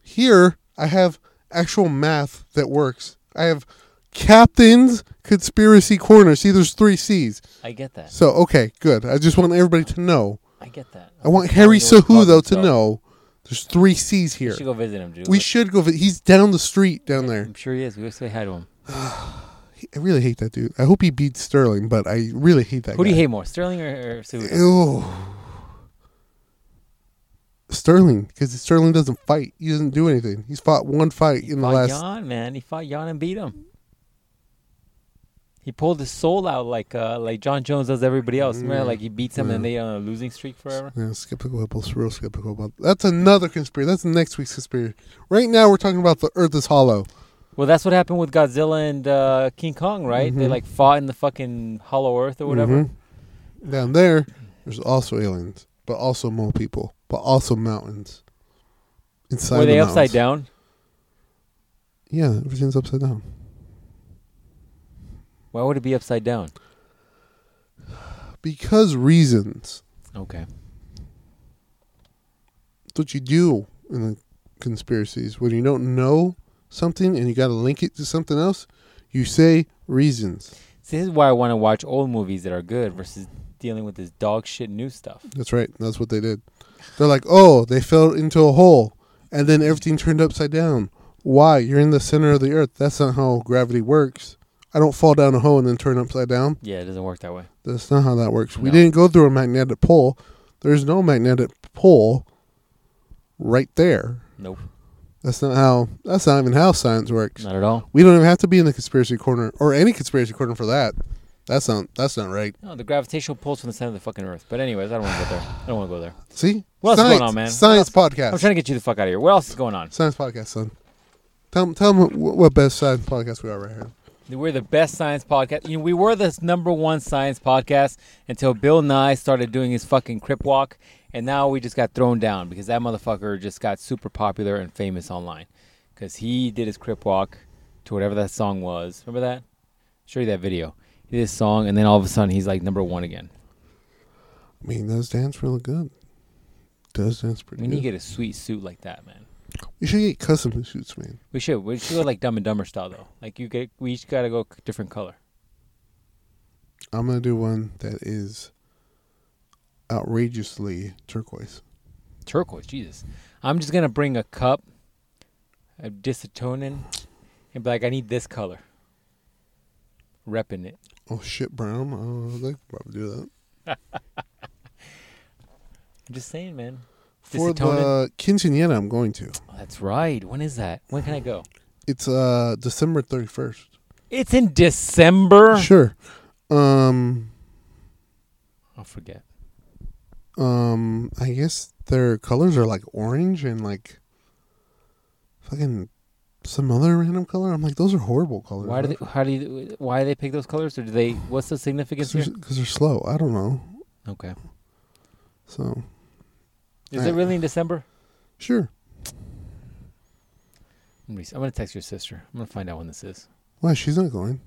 Here, I have actual math that works. I have captain's conspiracy corner. See, there's three C's.
I get that.
So, okay, good. I just want everybody to know.
I get that.
I want
Just telling
Harry
you what he calls
Cejudo to
himself.
know There's three C's here.
We should go visit him, dude.
We should go. vi- He's down the street down there.
I'm sure he is. We'll say hi to him.
I really hate that dude. I hope he beats Sterling, but I really hate that.
Who
guy.
do you hate more, Sterling or, or Cejudo?
Ew. Sterling, because Sterling doesn't fight. He doesn't do anything. He's fought one fight in the
fought
last.
Jan, man. He fought Jan and beat him. He pulled his soul out like uh, like John Jones does everybody else.
Mm-hmm.
Remember, like he beats him and they on a losing streak forever.
Yeah, skeptical about real skeptical about. That's another conspiracy. That's next week's conspiracy. Right now, we're talking about the Earth is hollow.
Well, that's what happened with Godzilla and uh, King Kong, right? They
Mhm.
like fought in the fucking Hollow Earth or whatever.
Mhm. Down there, there's also aliens, but also more people, but also mountains. Inside
Were they
the
upside
mountains.
down?
Yeah, everything's upside down.
Why would it be upside down?
Because reasons.
Okay.
That's what you do in the conspiracies. When you don't know something and you got to link it to something else, you say reasons.
See, this is why I want to watch old movies that are good versus dealing with this dog shit new stuff.
That's right. That's what they did. They're like, oh, they fell into a hole, and then everything turned upside down. Why? You're in the center of the earth. That's not how gravity works. I don't fall down a hole and then turn upside down.
Yeah, it doesn't work that way.
That's not how that works. We
No.
didn't go through a magnetic pole. There's no magnetic pole right there.
Nope,
That's not how. That's not even how science works.
not at all.
We don't even have to be in the conspiracy corner or any conspiracy corner for that. That's not. That's not right.
No, the gravitational pull's from the center of the fucking Earth. But anyways, I don't want to go there. I don't want to go there.
See,
What else is
science,
going on, man?
Science
I'm
podcast.
trying to get you the fuck out of here. What else is going on?
Science podcast, son. Tell them, tell them what best science podcast we are right here.
We're the best science podcast. You know, we were the number one science podcast until Bill Nye started doing his fucking crip walk, and now we just got thrown down because that motherfucker just got super popular and famous online because he did his crip walk to whatever that song was. Remember that? Show you that video. He did his song, and then all of a sudden he's like number one again.
I mean, does dance real good? Does dance
We
pretty
need to
good?
get a sweet suit like that, man.
you should get custom suits, man.
We should. We should go like Dumb and Dumber style though. Like you get, we each gotta go c- different color.
I'm gonna do one that is outrageously turquoise.
turquoise. Jesus, I'm just gonna bring a cup of diseatonin and be like, I need this color. Repping it.
Oh shit, brown. Oh, they could probably do that.
I'm just saying, man.
For
Diseatonin.
the quinceanera, I'm going to.
Oh, that's right. When is that? When can I go?
It's uh December 31st.
It's in December.
Sure. Um,
I'll Oh, forget.
um, I guess their colors are like orange and like fucking some other random color. I'm like, those are horrible colors.
Why do they? How do you? Why they pick those colors? Or do they? What's the significance
Because
here?
they're, 'cause they're slow. I don't know.
Okay.
So
Is it really in December?
sure.
I'm gonna- I'm gonna text your sister. I'm gonna find out when this is.
Why she's not going?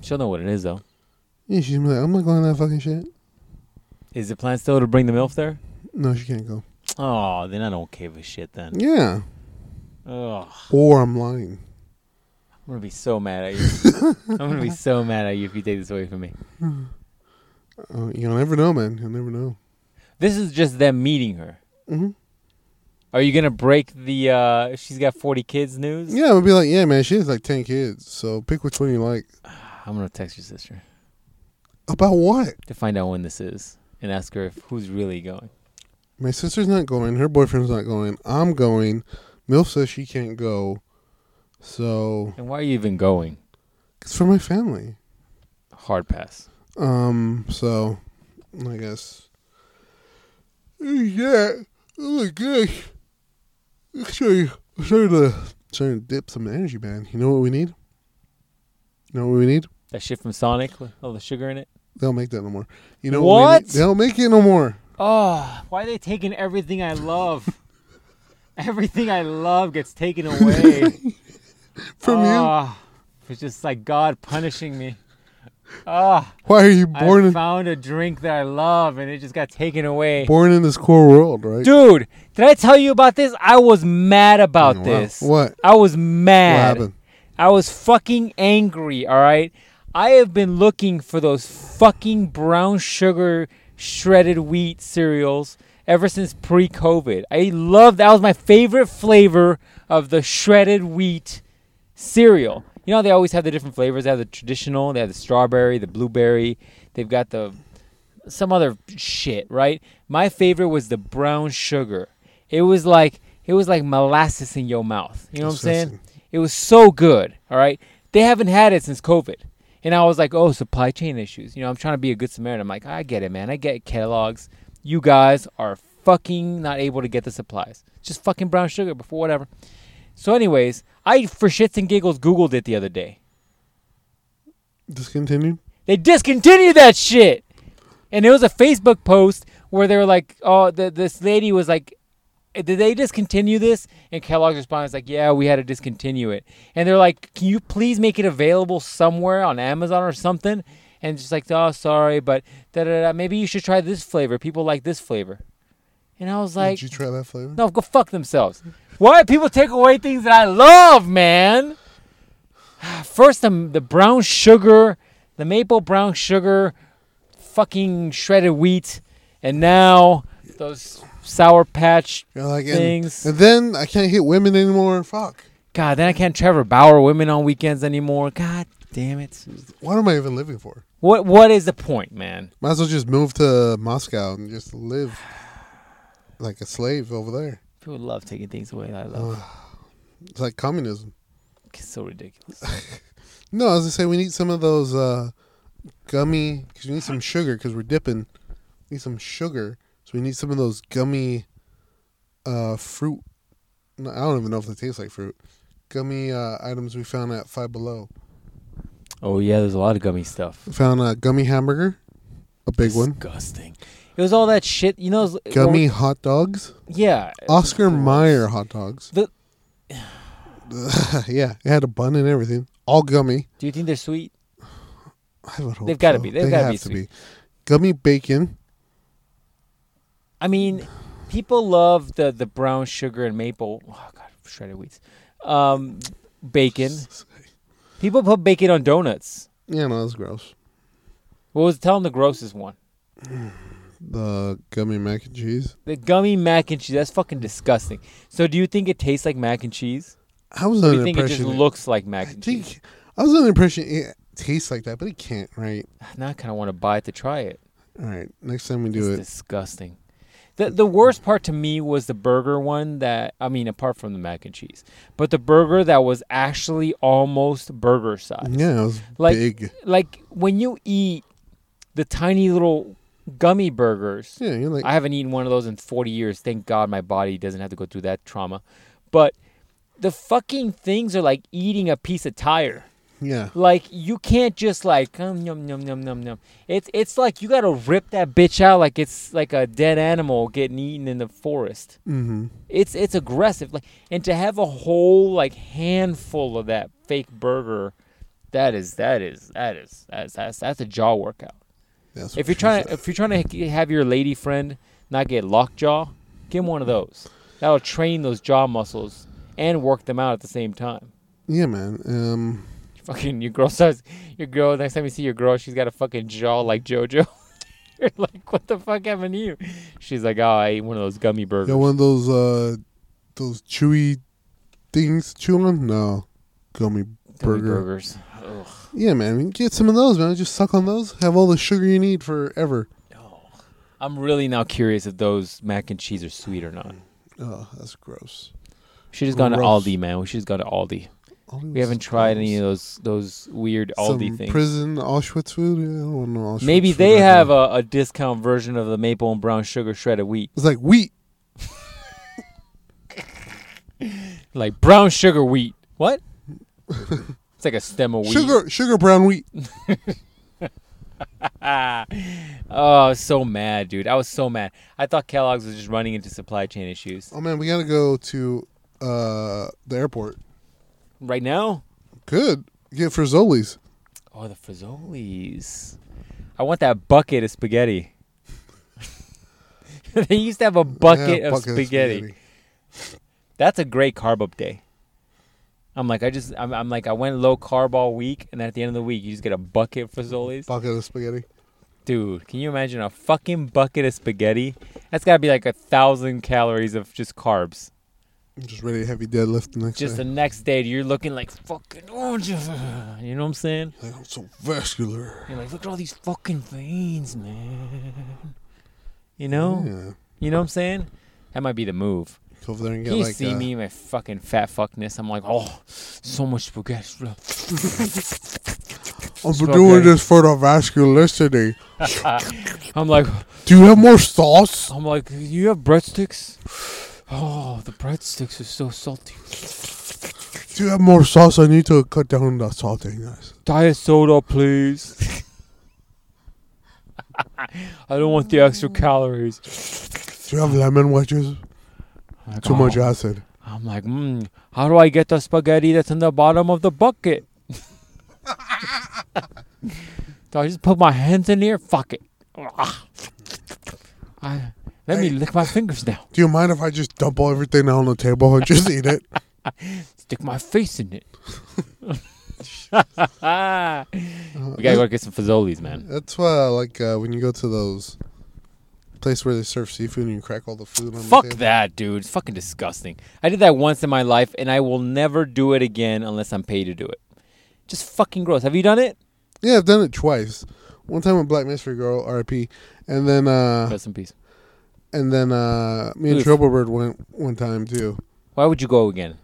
She'll know what it is though.
Yeah, she's gonna be like, I'm not going to that fucking shit.
Is it planned still to bring the milf there?
No, she can't go.
Oh, then I don't give a shit then.
Yeah.
Ugh.
Or I'm lying.
I'm gonna be so mad at you. I'm gonna be so *laughs* mad at you if you take this away from me.
Uh, you'll never know, man. You'll never know.
This is just them meeting her.
hmm
Are you gonna break the uh she's got forty kids news?
Yeah, I'm gonna be like, yeah, man. She has like ten kids, so pick which one you like.
I'm gonna text your sister
About what?
to find out when this is and ask her if who's really going.
My sister's not going. Her boyfriend's not going. I'm going. Milf says she can't go. So
And why are you even going?
it's for my family.
Hard pass.
Um. So I guess. Yeah. Oh my gosh. I'm starting, I'm starting to starting to dip some energy, man. You know what we need? You know what we need?
That shit from Sonic with all the sugar in it.
They don't make that no more. You know
What?
What? we need? They don't make it no more.
Oh, why are they taking everything I love? everything I love gets taken *laughs* away.
From you?
Ah, It's just like God punishing me. Ah.
Why are you born
I
in,
found a drink that I love and it just got taken away.
born in this core world, right?
Dude, did I tell you about this? I was mad about
Oh, Wow.
this.
What?
I was
What
mad.
happened?
I was fucking angry, all right? I have been looking for those fucking brown sugar shredded wheat cereals ever since pre-COVID. I love that was my favorite flavor of the shredded wheat cereal. You know, they always have the different flavors. They have the traditional, they have the strawberry, the blueberry. They've got the some other shit, right? My favorite was the brown sugar. It was like it was like molasses in your mouth. You know what I'm saying?
Disgusting.
It was so good. All right. They haven't had it since COVID. And I was like, oh, supply chain issues. You know, I'm trying to be a good Samaritan. I'm like, I get it, man. I get Kellogg's. You guys are fucking not able to get the supplies. Just fucking brown sugar before whatever. So, anyways, I for shits and giggles Googled it the other day.
Discontinued.
They discontinued that shit. And it was a Facebook post where they were like, "Oh, the, this lady was like, did they discontinue this?" And Kellogg's response was like, "Yeah, we had to discontinue it." And they're like, "Can you please make it available somewhere on Amazon or something?" And just like, "Oh, sorry, but da da da. Maybe you should try this flavor. People like this flavor." And I was like,
Did you try that flavor?
no, go fuck themselves. Why do people take away things that I love, man? *sighs* First, the, the brown sugar, the maple brown sugar, fucking shredded wheat, and now those sour patch.
You're like, and,
Things.
and then I can't hit women anymore. Fuck.
God, then I can't Trevor Bauer women on weekends anymore. God damn it.
What am I even living for?
What What is the point, man?
Might as well just move to Moscow and just live like a slave over there.
People love taking things away that I
Uh.
love.
It's like communism.
It's so ridiculous.
No, I was gonna say we need some of those uh, gummy because we need some sugar because we're dipping. We need some sugar, so we need some of those gummy uh, fruit. No, I don't even know if they taste like fruit. Gummy uh, items we found at Five Below.
Oh, yeah, there's a lot of gummy stuff.
We found a gummy hamburger, a big one.
Disgusting. It was all that shit. You know, it was-
Gummy hot dogs.
Yeah.
Oscar Mayer hot dogs.
The-
*sighs* yeah, it had a bun and everything, all gummy.
Do you think they're sweet?
I would hope
They've gotta
so.
be. They've
They
gotta
have
be
to
sweet.
be. Gummy bacon.
I mean, people love the the brown sugar and maple. Oh God, shredded wheats. Um, bacon. People put bacon on donuts.
Yeah, no, that's gross.
What was tell them the grossest one?
The gummy mac and cheese.
The gummy mac and cheese. That's fucking disgusting. So, do you think it tastes like mac and cheese?
I was
Or
under
do you
the
think it just
impression.
looks like
I
mac and cheese? *sighs*
think I was under the impression it tastes like that, but it can't. Right.
Now I kind of want to buy it to try it.
All right. Next time we
it's
do it,
disgusting. The the worst part to me was the burger one that I mean apart from the mac and cheese. But the burger that was actually almost burger size.
yeah, it was
Like-
big.
Like when you eat the tiny little gummy burgers.
Yeah, you're like
I haven't eaten one of those in 40 years. Thank God my body doesn't have to go through that trauma. But the fucking things are like eating a piece of tire.
yeah.
Like you can't just like um, yum yum yum yum yum. It's it's like you gotta rip that bitch out like it's like a dead animal getting eaten in the forest.
Mm-hmm.
It's it's aggressive. Like and to have a whole like handful of that fake burger, that is that is that is that's that's, that's a jaw workout.
That's
If you're trying if you're trying to have your lady friend not get lockjaw, give him one of those. That'll train those jaw muscles and work them out at the same time
yeah, man. Um,
fucking your girl starts your girl next time you see your girl she's got a fucking jaw like jojo *laughs* you're like what the fuck happened to you she's like oh i ate one of those gummy burgers
got one of those uh, those chewy things to chew on. No, gummy.
gummy
burger.
burgers Ugh.
Yeah, man. Get some of those, man. Just suck on those. Have all the sugar you need forever.
i'm really now curious if those mac and cheese are sweet or not
Oh, that's gross.
should just gone to
Gross.
aldi man we should just go to aldi
All
we
these
haven't tried
gross.
any of those those weird aldi
Some
things
prison Auschwitz food. Yeah, I don't know. Auschwitz
maybe
food
they
right
have
now.
a, a discount version of the maple and brown sugar shredded wheat
It's like wheat.
like brown sugar wheat
*laughs*
what it's like a stem of wheat
Sugar, sugar brown wheat.
Ah. Oh, I was so mad, dude. I was so mad. I thought Kellogg's was just running into supply chain issues.
Oh man, we gotta go to uh the airport.
Right now?
Good. Get Frizzolis.
Oh, the Frizzolis. I want that bucket of spaghetti. *laughs* they used to have a bucket,
Yeah,
of, spaghetti. That's a great carb up day. I'm like, I just, I'm, I'm like, I went low carb all week, and at the end of the week, you just get a bucket of Frizzolis.
Bucket of spaghetti.
Dude, can you imagine a fucking bucket of spaghetti? That's gotta be like a thousand calories of just carbs.
Just really heavy deadlift the next
Just *laughs*
just
the next day, you're looking like fucking. Oh, just, *laughs* you know what I'm saying?
like, I'm so vascular.
You're like, look at all these fucking veins, man. You know,
Yeah.
you know what I'm saying? That might be the move.
Go over there and get
Can you
like
see
uh,
me, my fucking fat fuckness? I'm like, oh, so much spaghetti.
I'm
Spaghetti.
doing this for the vascularity.
I'm like,
Do you have more sauce?
I'm like, you have breadsticks? Oh, the breadsticks are so salty.
Do you have more sauce? I need to cut down the salting. Guys.
Diet soda, please. *laughs* I don't want the extra calories.
Do you have lemon wedges?
I'm like,
Too
"Oh."
much acid.
I'm like, mm, how do I get the spaghetti that's in the bottom of the bucket? *laughs* do I just put my hands in here? Fuck it. Ah. I, let me
Hey.
lick my fingers now.
Do you mind if I just dump all everything down on the table and just eat it?
Stick my face in it. *laughs* we gotta go get some fazoli's, man.
*laughs* That's why I like uh, when you go to those place where they serve seafood and you crack all the food on
Fuck
the table.
that, dude. It's fucking disgusting. I did that once in my life, and I will never do it again unless I'm paid to do it. Just fucking gross. Have you done it?
Yeah, I've done it twice. One time with Black Mystery Girl, RIP, and then uh
Rest in peace.
and then uh me and
Oof.
Troublebird went one time too.
Why would you go again?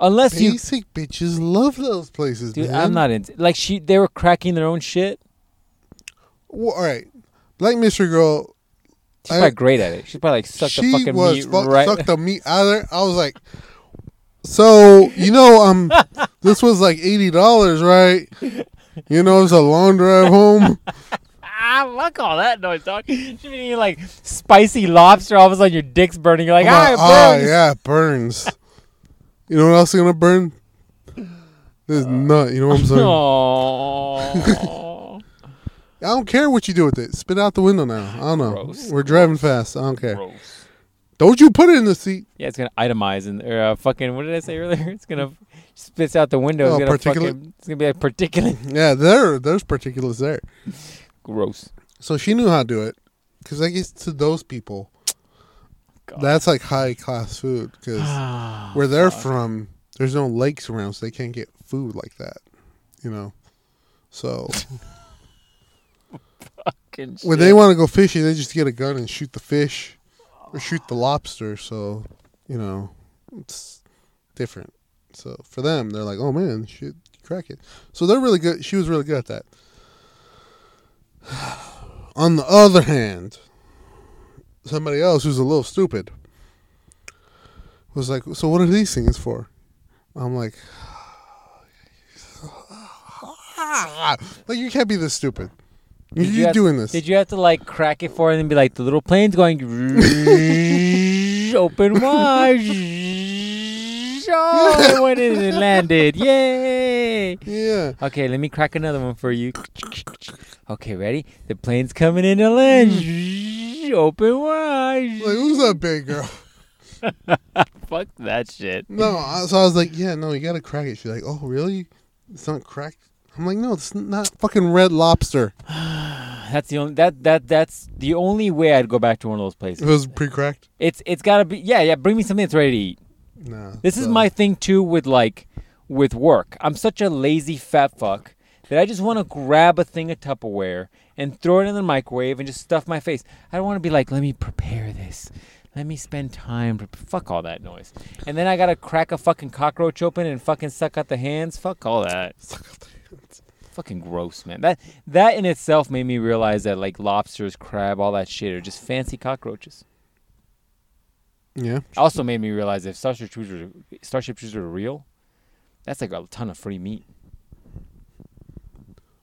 Unless you,
Basic bitches love those places,
dude.
man.
I'm not into. Like she, they were cracking their own shit.
Well, all right, Black Mystery Girl.
She's
I-
probably great at it. She's probably like sucked
she
the fucking
was
meat
fuck-
right. *laughs*
sucked the meat out of there. I was like, so you know,
*laughs*
um, this was like eighty dollars, right? You know, it's a long drive
*laughs*
home.
ah, fuck all that noise, dog. She's been eating like spicy lobster. All of a sudden, your dick's burning. You're like,
I'm
ah,
like,
it
"Ah,
burns."
yeah, it burns. you know what else is gonna burn? This
Uh,
nut. You know what I'm
*laughs*
saying? *laughs*
Aw.
I don't care what you do with it. Spit out the window now. I don't know.
Gross.
We're driving fast. I don't care.
Gross.
Don't you put it in the seat?
Yeah, it's gonna itemize and or uh, fucking. What did I say earlier? *laughs* It's gonna spits out the window.
Oh,
it's gonna
particulate?
fucking. It's gonna be like particulate. *laughs*
Yeah, there. There's particulates there.
Gross.
So she knew how to do it, because I guess to those people,
God.
that's like high class food. Because
*sighs* Ah,
where they're
fuck.
from, there's no lakes around, so they can't get food like that. You know, so
Fucking
when
shit.
they want to go fishing, they just get a gun and shoot the fish, or shoot the lobster. So, you know, it's different. So for them, they're like, oh man, shit, crack it. So they're really good. She was really good at that. *sighs* On the other hand, somebody else who's a little stupid was like, so what are these things for? I'm like. *sighs* Like you can't be this stupid. You,
Did you
you're
have-
doing this.
Did you have to like crack it for it and be like the little plane's going *laughs* open wide? oh, it went in and landed. Yay!
Yeah.
Okay, let me crack another one for you. Okay, ready? The plane's coming in to land. open wide.
Like, who's that big girl?
Fuck that shit.
No. I- So I was like, yeah, no, you got to crack it. She's like, oh, really? It's not cracked? I'm like, no, it's not fucking red lobster.
That's the only that that that's the only way I'd go back to one of those
It
places.
was pre cracked?
It's it's gotta be yeah yeah. Bring me something that's ready to eat.
Nah.
This is
so-
my thing too with like with work. I'm such a lazy fat fuck that I just want to grab a thing of Tupperware and throw it in the microwave and just stuff my face. I don't want to be like, let me prepare this. Let me spend time. Pre- fuck all that noise. And then I gotta crack a fucking cockroach open and fucking suck out the hands. Fuck all that. Fucking gross, man. That that in itself made me realize that like lobsters, crab, all that shit are just fancy cockroaches.
Yeah.
Also made me realize if Starship Troopers, Starship Troopers are real, that's like a ton of free meat.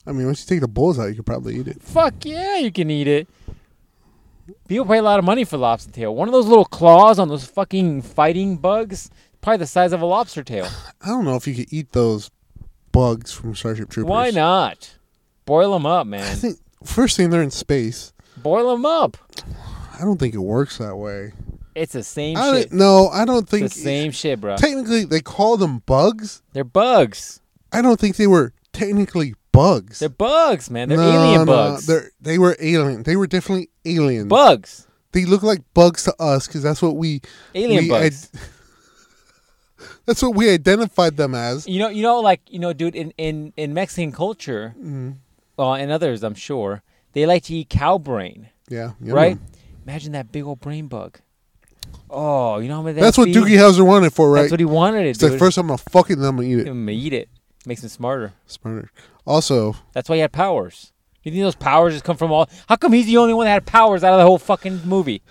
I mean, once you take the bulls out, you could probably eat it.
Fuck yeah, you can eat it. People pay a lot of money for lobster tail. One of those little claws on those fucking fighting bugs, probably the size of a
*laughs*
lobster tail.
I don't know if you could eat those bugs from Starship Troopers.
Why not? Boil them up,
I *laughs*
man.
think, first thing, they're in space.
Boil them up.
I don't think it works that way.
It's the same
I
shit.
don't, no, I don't think.
It's the same shit, bro.
Technically, they call them bugs.
They're bugs.
I don't think they were technically bugs.
They're bugs, man. They're
No,
alien
no,
bugs.
They're, they were alien. They were definitely aliens.
bugs.
they look like bugs to us because that's what we
Alien
we
bugs.
id- that's what we identified them as.
You know, you know, like you know, dude. In in in Mexican culture,
Mm-hmm.
well, and others, I'm sure, they like to eat cow brain,
Yeah. yeah,
right?
man.
Imagine that big old brain bug. Oh, you know how many
That's what
that'd be?
Doogie Howser wanted for, right?
That's what he wanted. It,
it's like
dude.
first I'm gonna fucking I'm gonna eat it.
Him eat it. Makes him smarter.
Smarter. Also,
That's why he had powers. You think those powers just come from all? How come he's the only one that had powers out of the whole fucking movie?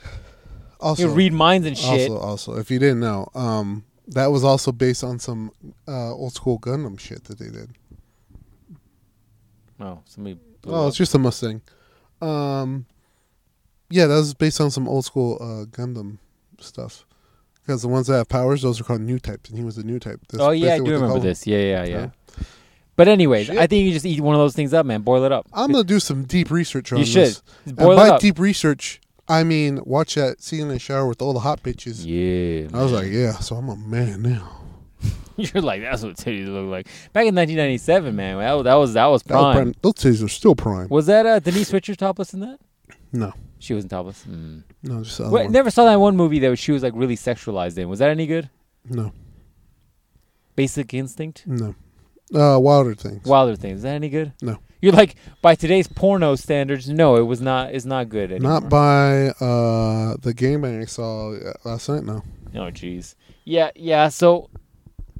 also,
you read minds and shit.
also, also, if you didn't know, um, that was also based on some uh, old school Gundam shit that they did.
Oh, somebody. Blew
Oh,
up.
it's just a Mustang. Um, yeah, that was based on some old school uh, Gundam stuff. Because the ones that have powers, those are called new types, and he was a new type. That's
oh yeah,
basically
I do
what they
remember
call him.
this. Yeah, yeah, yeah.
Okay.
But anyways,
Shit.
I think you just eat one of those things up, man. Boil it up.
I'm gonna do some deep research on
you
this.
should
And
boil
by
it up.
deep research, I mean watch that scene in the shower with all the hot bitches.
yeah, *laughs*
I was like, yeah, so I'm a man now.
you're like that's what titties look like back in 1997, man. That was that was that was
That was
prime.
prime- Those titties are still prime.
Was that uh, Denise Richards topless in that?
No,
She wasn't topless. Mm.
no, just uh, the other
Wait,
one.
never saw that one movie that she was like really sexualized in. Was that any good?
no,
Basic Instinct,
no. Uh, Wilder things.
Wilder Things. Is that any good?
No.
You're like by today's porno standards, no, it was not. It's not good anymore.
Not by uh, the game I saw uh, last night. No.
Oh, jeez. Yeah, yeah. So,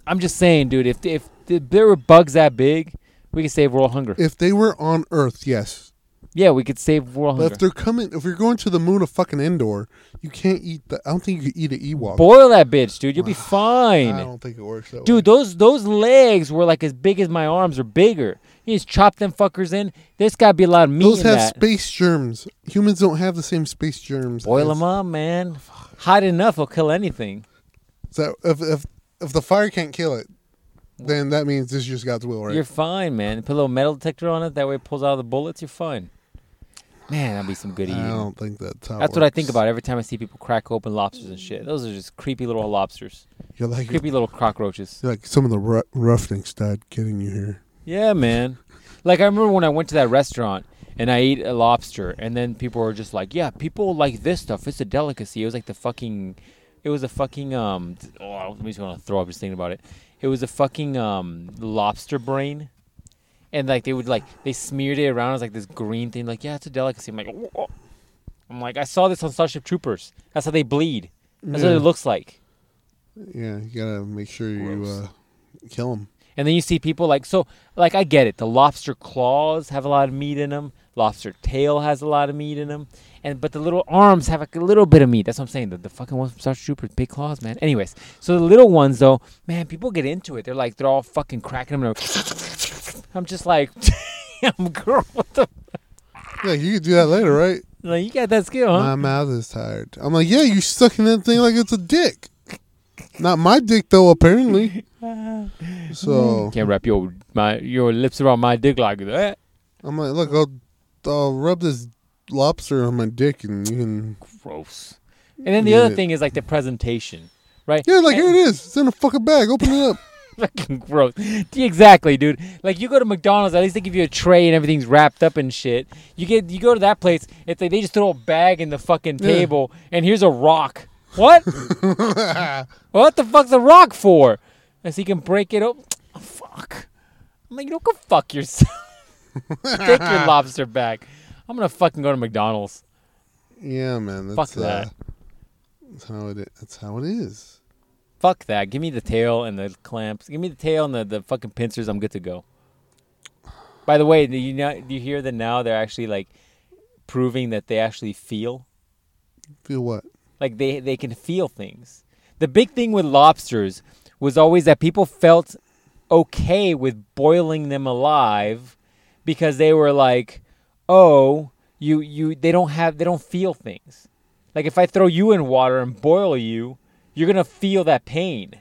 I'm just saying, dude. If if, if there were bugs that big, we could save world hunger.
If they were on Earth, yes.
yeah, we could save world
But
hunger.
if they're coming, if you're going to the moon of fucking Endor, you can't eat the. I don't think you can eat an Ewok.
Boil that bitch, dude. You'll be
I
fine.
don't think it works that way.
Dude, those those legs were like as big as my arms or bigger. You just chop them fuckers in. There's gotta be a lot of meat
those
in
have
that.
space germs. Humans don't have the same space germs.
Boil
as-
them up, man. Hot enough will kill anything.
So if if if the fire can't kill it, then that means this is just God's will, right?
You're fine, man. Put a little metal detector on it. That way it pulls out the bullets. You're fine. Man, that'd be some good
I
eating.
don't think that's how. it
That's what I think
works.
about every time I see people crack open lobsters and shit. Those are just creepy little lobsters,
You're like
creepy little cockroaches.
you're like some of the rou- roughnecks died getting you here.
Yeah, man. Like I remember when I went to that restaurant and I ate a lobster, and then people were just like, "Yeah, people like this stuff. It's a delicacy." It was like the fucking, it was a fucking um. t- Oh, I'm just gonna throw up just thinking about it. It was a fucking um lobster brain. And like they would like they smeared it around as like this green thing, like yeah, it's a delicacy. I'm like, "Oh, oh." I'm like, I saw this on Starship Troopers. That's how they bleed. That's what
Yeah.
it looks like.
Yeah, you gotta make sure you
Gross.
uh, kill them.
And then you see people like so like I get it. The lobster claws have a lot of meat in them. Lobster tail has a lot of meat in them. And but the little arms have like a little bit of meat. That's what I'm saying. The, the fucking ones from Star Troopers, big claws, man. Anyways, so the little ones though, man, people get into it. They're like they're all fucking cracking them. I'm just like, *laughs* damn girl, what the
Yeah, you could do that later, right?
like you got that skill, huh?
My mouth is tired. I'm like, yeah, you sucking that thing like it's a dick. Not my dick though,
*laughs*
apparently. So
Can't wrap your my your lips around my dick like that.
I'm like, look, I'll, I'll rub this lobster on my dick, and you can.
Gross. And then the
Yeah.
other thing is like the presentation, right?
Yeah, like
And-
here it is. It's in a fucking bag. Open it
*laughs*
up.
fucking gross. Exactly, dude. Like you go to McDonald's, at least they give you a tray and everything's wrapped up and shit. You get you go to that place, it's like they just throw a bag in the fucking
Yeah.
table and here's a rock. What?
*laughs*
what the fuck's a rock for? As he can break it up. Fuck. I'm like, you don't go fuck yourself. *laughs*
*laughs*
Take your lobster back. I'm gonna fucking go to McDonald's.
Yeah, man. That's,
Fuck that.
Uh, that's how it. That's how it is.
Fuck that. Give me the tail and the clamps. Give me the tail and the, the fucking pincers. I'm good to go. By the way, do you know, do you hear that now they're actually like proving that they actually feel?
Feel what?
Like they they can feel things. The big thing with lobsters was always that people felt okay with boiling them alive because they were like, "Oh, you you they don't have they don't feel things." Like if I throw you in water and boil you, you're going to feel that pain.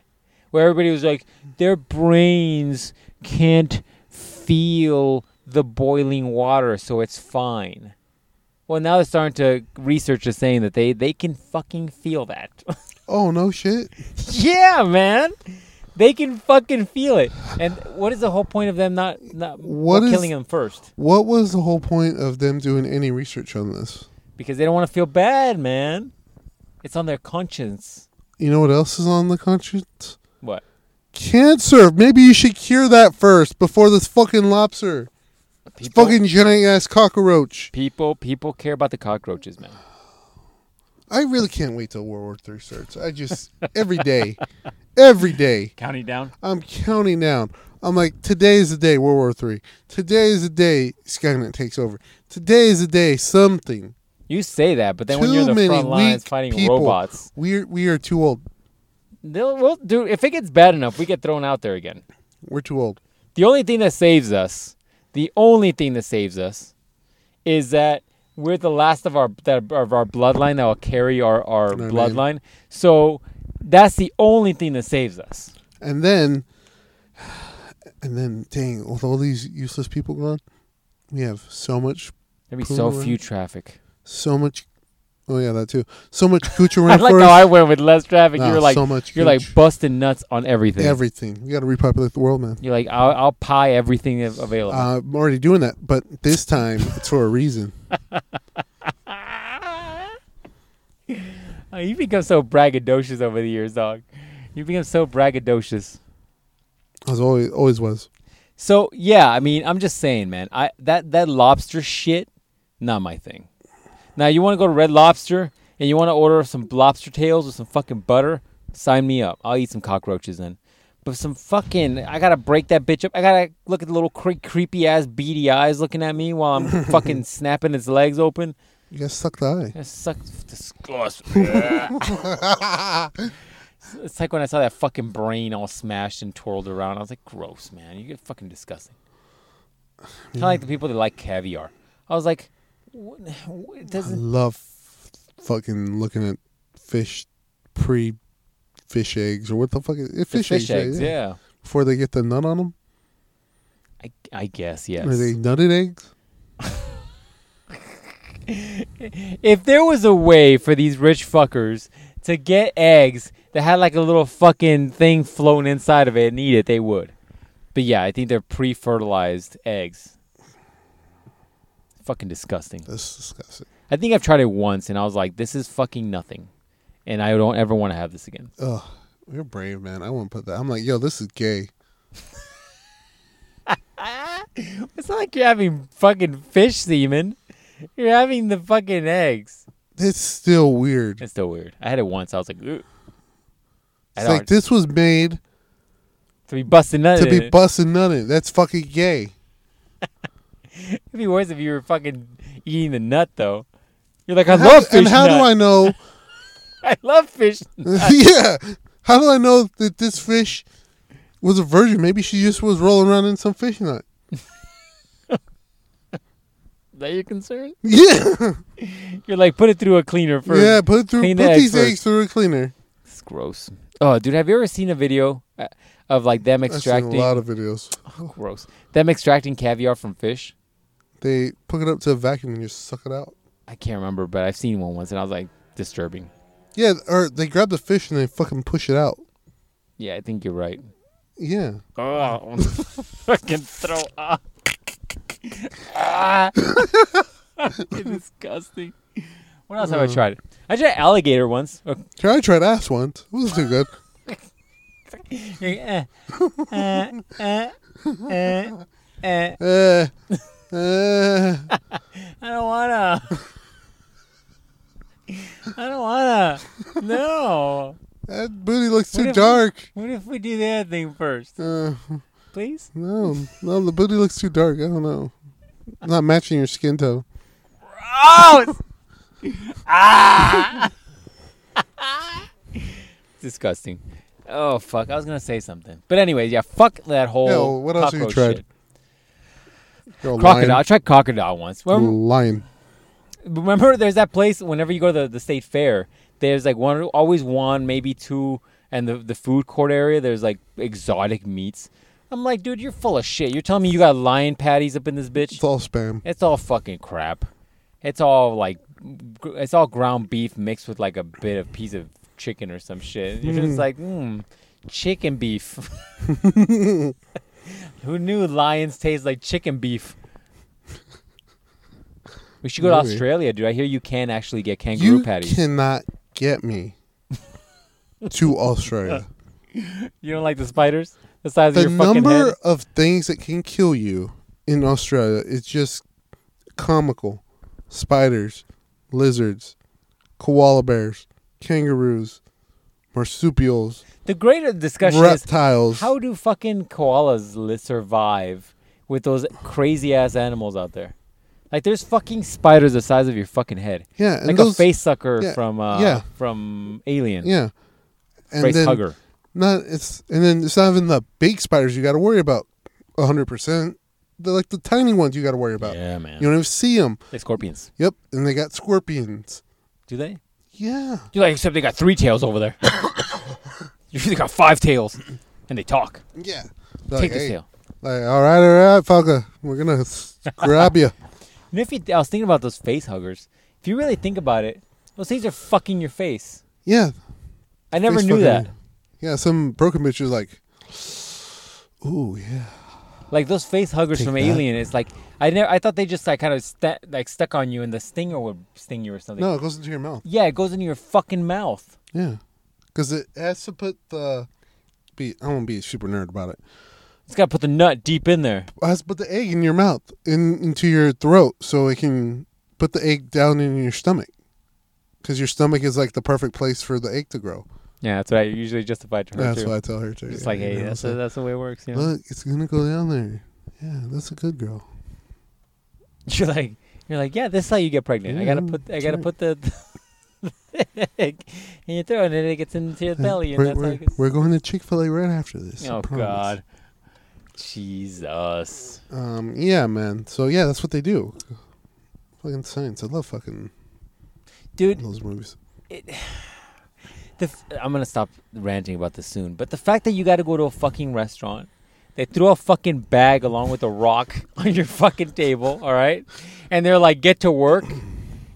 Where everybody was like, "Their brains can't feel the boiling water, so it's fine." Well, now they're starting to research is saying *laughs* that they they can fucking feel that.
Oh no, shit.
yeah, man. They can fucking feel it. And what is the whole point of them not not
What
not
is-
killing them first?
What was the whole point of them doing any research on this?
Because they don't want to feel bad, man. It's on their conscience.
You know what else is on the conscience?
What?
Cancer. Maybe you should cure that first before this fucking lobster, this
People,
fucking giant ass cockroach.
people people care about the cockroaches, man.
I really can't wait till World War Three starts. I just every day, every day,
Counting down.
I'm counting down. I'm like, today is the day World War Three. Today is the day Skynet takes over. Today is the day something.
You say that, but then when you're in
Too
the
many
front lines
weak
fighting
people.
robots,
We're we are too old.
they'll we'll do if it gets bad enough, we get thrown out there again.
We're too old.
The only thing that saves us, the only thing that saves us, is that we're the last of our that of our bloodline that will carry our our
Our name.
bloodline. So that's the only thing that saves us.
And then, and then, dang, with all these useless people gone, we have so much,
There'd be
Cool,
so
man.
few traffic.
so much. Oh yeah, that too. So
*laughs*
much cooch
I
around
like
for
how
us.
I went with less traffic.
Nah,
you're like
so much
you're like
cooch.
busting nuts on everything.
everything. We got to repopulate the world, man.
you're like I'll, I'll pie everything av- available.
Uh, I'm already doing that, but this time it's for a reason.
Oh, you become so braggadocious over the years, dog. You become so braggadocious.
As always, always was.
So yeah, I mean, I'm just saying, man. I that that lobster shit, not my thing. Now you want to go to Red Lobster and you want to order some lobster tails with some fucking butter? Sign me up. I'll eat some cockroaches then. But some fucking, I gotta break that bitch up. I gotta look at the little cre- creepy ass beady eyes looking at me while I'm fucking snapping its legs open.
You guys suck the eye.
That sucks. Disgusting. it's like when I saw that fucking brain all smashed and twirled around. I was like, gross, man. You get fucking disgusting. Kind of like the people that like caviar. I was like, what, what- it
I
doesn't.
love fucking looking at fish pre fish eggs or what the fuck is it?
the
Fish,
fish eggs, yeah.
Before they get the nut on them,
I, I guess, yes.
are they nutted eggs?
If there was a way for these rich fuckers to get eggs that had like a little fucking thing floating inside of it and eat it, they would. But yeah, I think they're pre fertilized eggs. Fucking disgusting.
That's disgusting.
I think I've tried it once and I was like, this is fucking nothing. And I don't ever want to have this again.
Ugh, you're brave, man. I wouldn't put that. I'm like, yo, this is gay.
It's not like you're having fucking fish semen. You're having the fucking eggs.
It's still weird.
It's still weird. I had it once. I was like, Ugh. I
It's
don't-
like this was made
to be busting nut.
to
in
be
it.
busting nutted. That's fucking gay.
It'd be worse if you were fucking eating the nut, though. You're like, I
How-
love fish
and how do I know?
*laughs* I? I love fish.
*laughs* yeah. How do I know that this fish was a virgin? Maybe she just was rolling around in some fish nut.
Is that your concern?
*laughs* Yeah.
You're like, put it through a cleaner first.
yeah, put it through
clean the
put
eggs
these
first.
eggs through a cleaner.
It's gross. Oh, dude, have you ever seen a video uh, of like them
I've seen a
extracting?
lot of videos.
*laughs* gross. Them extracting caviar from fish.
They hook it up to a vacuum and just suck it out.
I can't remember, but I've seen one once, and I was like, disturbing.
Yeah, or they grab the fish and they fucking push it out.
Yeah, I think you're right.
Yeah.
Oh, *laughs* fucking throw *laughs* up. ah. You're disgusting. What else
Uh-huh.
have I tried? I tried alligator once. Oh,
Here, I tried ass once. It wasn't too
*laughs*
good.
eh, eh, eh, eh, eh.
Uh, uh,
I don't wanna. I don't wanna. No.
that booty looks
What
too
if-
dark.
What if we do the other thing first,
Uh,
please?
no, no, the booty looks too dark. I don't know. Not matching your skin tone.
Gross! ah! Disgusting. Oh fuck! I was gonna say something, but anyways, yeah. Fuck that whole.
Yeah, well, what else have you tried?
cockroach shit.
You're a
Crocodile. I
lion.
tried crocodile once.
You're a
Remember,
lion.
remember, there's that place. Whenever you go to the, the state fair, there's like one, always one, maybe two, and the the food court area. There's like exotic meats. I'm like, dude, you're full of shit. You're telling me you got lion patties up in this bitch?
It's all spam.
It's all fucking crap. It's all like, gr- it's all ground beef mixed with like a bit of piece of chicken or some shit. You're just like, hmm, chicken
*laughs*
beef. Who knew lions taste like chicken beef? We should go to
Maybe.
Australia, dude. I hear you can actually get kangaroo
You
patties.
cannot get
*laughs*
me to Australia.
You don't like the spiders? The size
the
of your fucking
number
head?
of things that can kill you in Australia is just comical. Spiders, lizards, koala bears, kangaroos, marsupials,
The greater discussion is
reptiles.
how do fucking koalas li- survive with those crazy ass animals out there? Like there's fucking spiders the size of your fucking head.
yeah, and
Like
those,
a face sucker
yeah,
from uh
yeah.
from Alien.
Yeah, and
face
then
hugger.
not it's and then it's not even the big spiders you got to worry about. hundred percent. They're like the tiny ones you got to worry about.
Yeah, man.
You don't even see them.
like scorpions.
Yep, and they got scorpions.
Do they?
Yeah.
You like except they got three tails
*laughs*
over there. you really got five tails, and they talk.
Yeah.
Take this tail.
Like, all right, all right, Falca, we're gonna
*laughs*
s- grab you.
And if you, I was thinking about those face huggers. If you really think about it, those things are fucking your face.
Yeah.
I never
face
knew that.
fucking- Yeah, some broken bitch was like, "Ooh, yeah."
Like those face huggers
Take
from
that.
Alien. It's like I never. I thought they just like kind of sta like stuck on you, and the stinger would sting you or something.
No, it goes into your mouth.
Yeah, it goes into your fucking mouth.
Yeah, because it has to put the. Be I won't be a super nerd about it.
It's got to put the nut deep in there.
It has to put the egg in your mouth, in into your throat, so it can put the egg down in your stomach. Because your stomach is like the perfect place for the egg to grow.
Yeah, that's what I usually justify to her
That's
too.
what I tell her to.
just
yeah,
like,
you
hey,
know,
that's,
so-
that's the way it works. You know?
Look, it's gonna go down there. Yeah, that's a good girl.
*laughs* You're like, you're like, yeah, this is how you get pregnant. I gotta
Yeah,
put, I
that's
gotta
right.
put the, *laughs* the egg in your throat, and then it gets
*laughs*
into your
Hey,
belly, and
we're,
that's how
we're,
it gets.
we're going to Chick Fil A right after this. I
Oh
promise.
God, Jesus!
Um. Yeah, man. So yeah, that's what they do. Fucking science. I love fucking
Dude,
those movies.
the, f- I'm gonna stop ranting about this soon. But the fact that you gotta go to a fucking restaurant, they throw a fucking bag along with a rock *laughs* on your fucking table, all right, and they're like, get to work.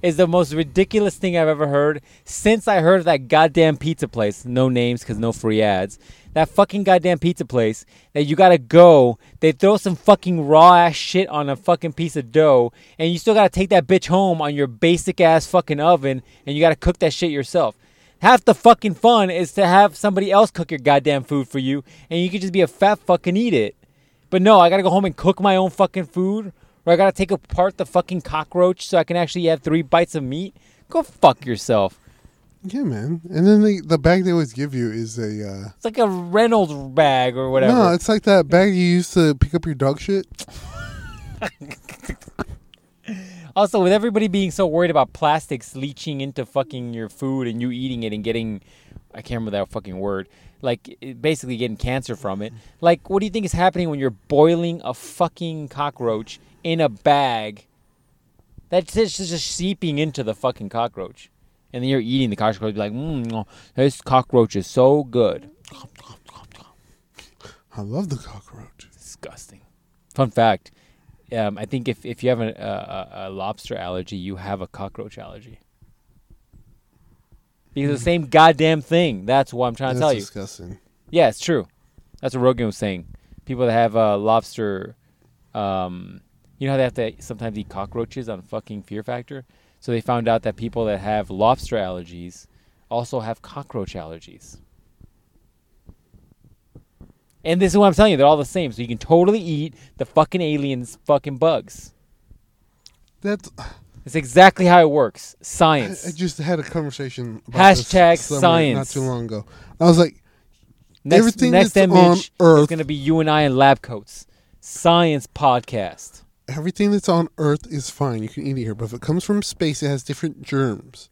Is the most ridiculous thing I've ever heard since I heard of that goddamn pizza place. No names because no free ads. That fucking goddamn pizza place that you gotta go. They throw some fucking raw ass shit on a fucking piece of dough, and you still gotta take that bitch home on your basic ass fucking oven, and you gotta cook that shit yourself. Half the fucking fun is to have somebody else cook your goddamn food for you, and you can just be a fat fucking eat it. But no, I gotta go home and cook my own fucking food, or I gotta take apart the fucking cockroach so I can actually have three bites of meat. Go fuck yourself.
Yeah, man. And then the the bag they always give you is a. Uh,
It's like a Reynolds bag or whatever.
No, it's like that bag you used to pick up your dog shit.
also, with everybody being so worried about plastics leaching into fucking your food and you eating it and getting, I can't remember that fucking word, like it- basically getting cancer from it. Like, what do you think is happening when you're boiling a fucking cockroach in a bag? That's just, it's just seeping into the fucking cockroach. And then you're eating the cockroach, be like, mmm, this cockroach is so good.
I love the cockroach.
disgusting. Fun fact: um, I think if, if you have a, a, a lobster allergy, you have a cockroach allergy. Because it's the same goddamn thing. That's what I'm trying
That's
to tell you.
disgusting.
Yeah, it's true. That's what Rogan was saying. People that have uh, lobster, um, you know how they have to sometimes eat cockroaches on fucking Fear Factor. So they found out that people that have lobster allergies also have cockroach allergies. And this is what I'm telling you. They're all the same. So you can totally eat the fucking aliens, fucking bugs.
That's.
That's exactly how it works.
I,
Science.
I just had a conversation. About this
Hashtag
somewhere Not
science.
too long ago, I was like,
next
everything
next
that's
image
on Earth-
is going to be you and I in lab coats. Science podcast.
everything that's on Earth is fine. You can eat it here, but if it comes from space, it has different germs.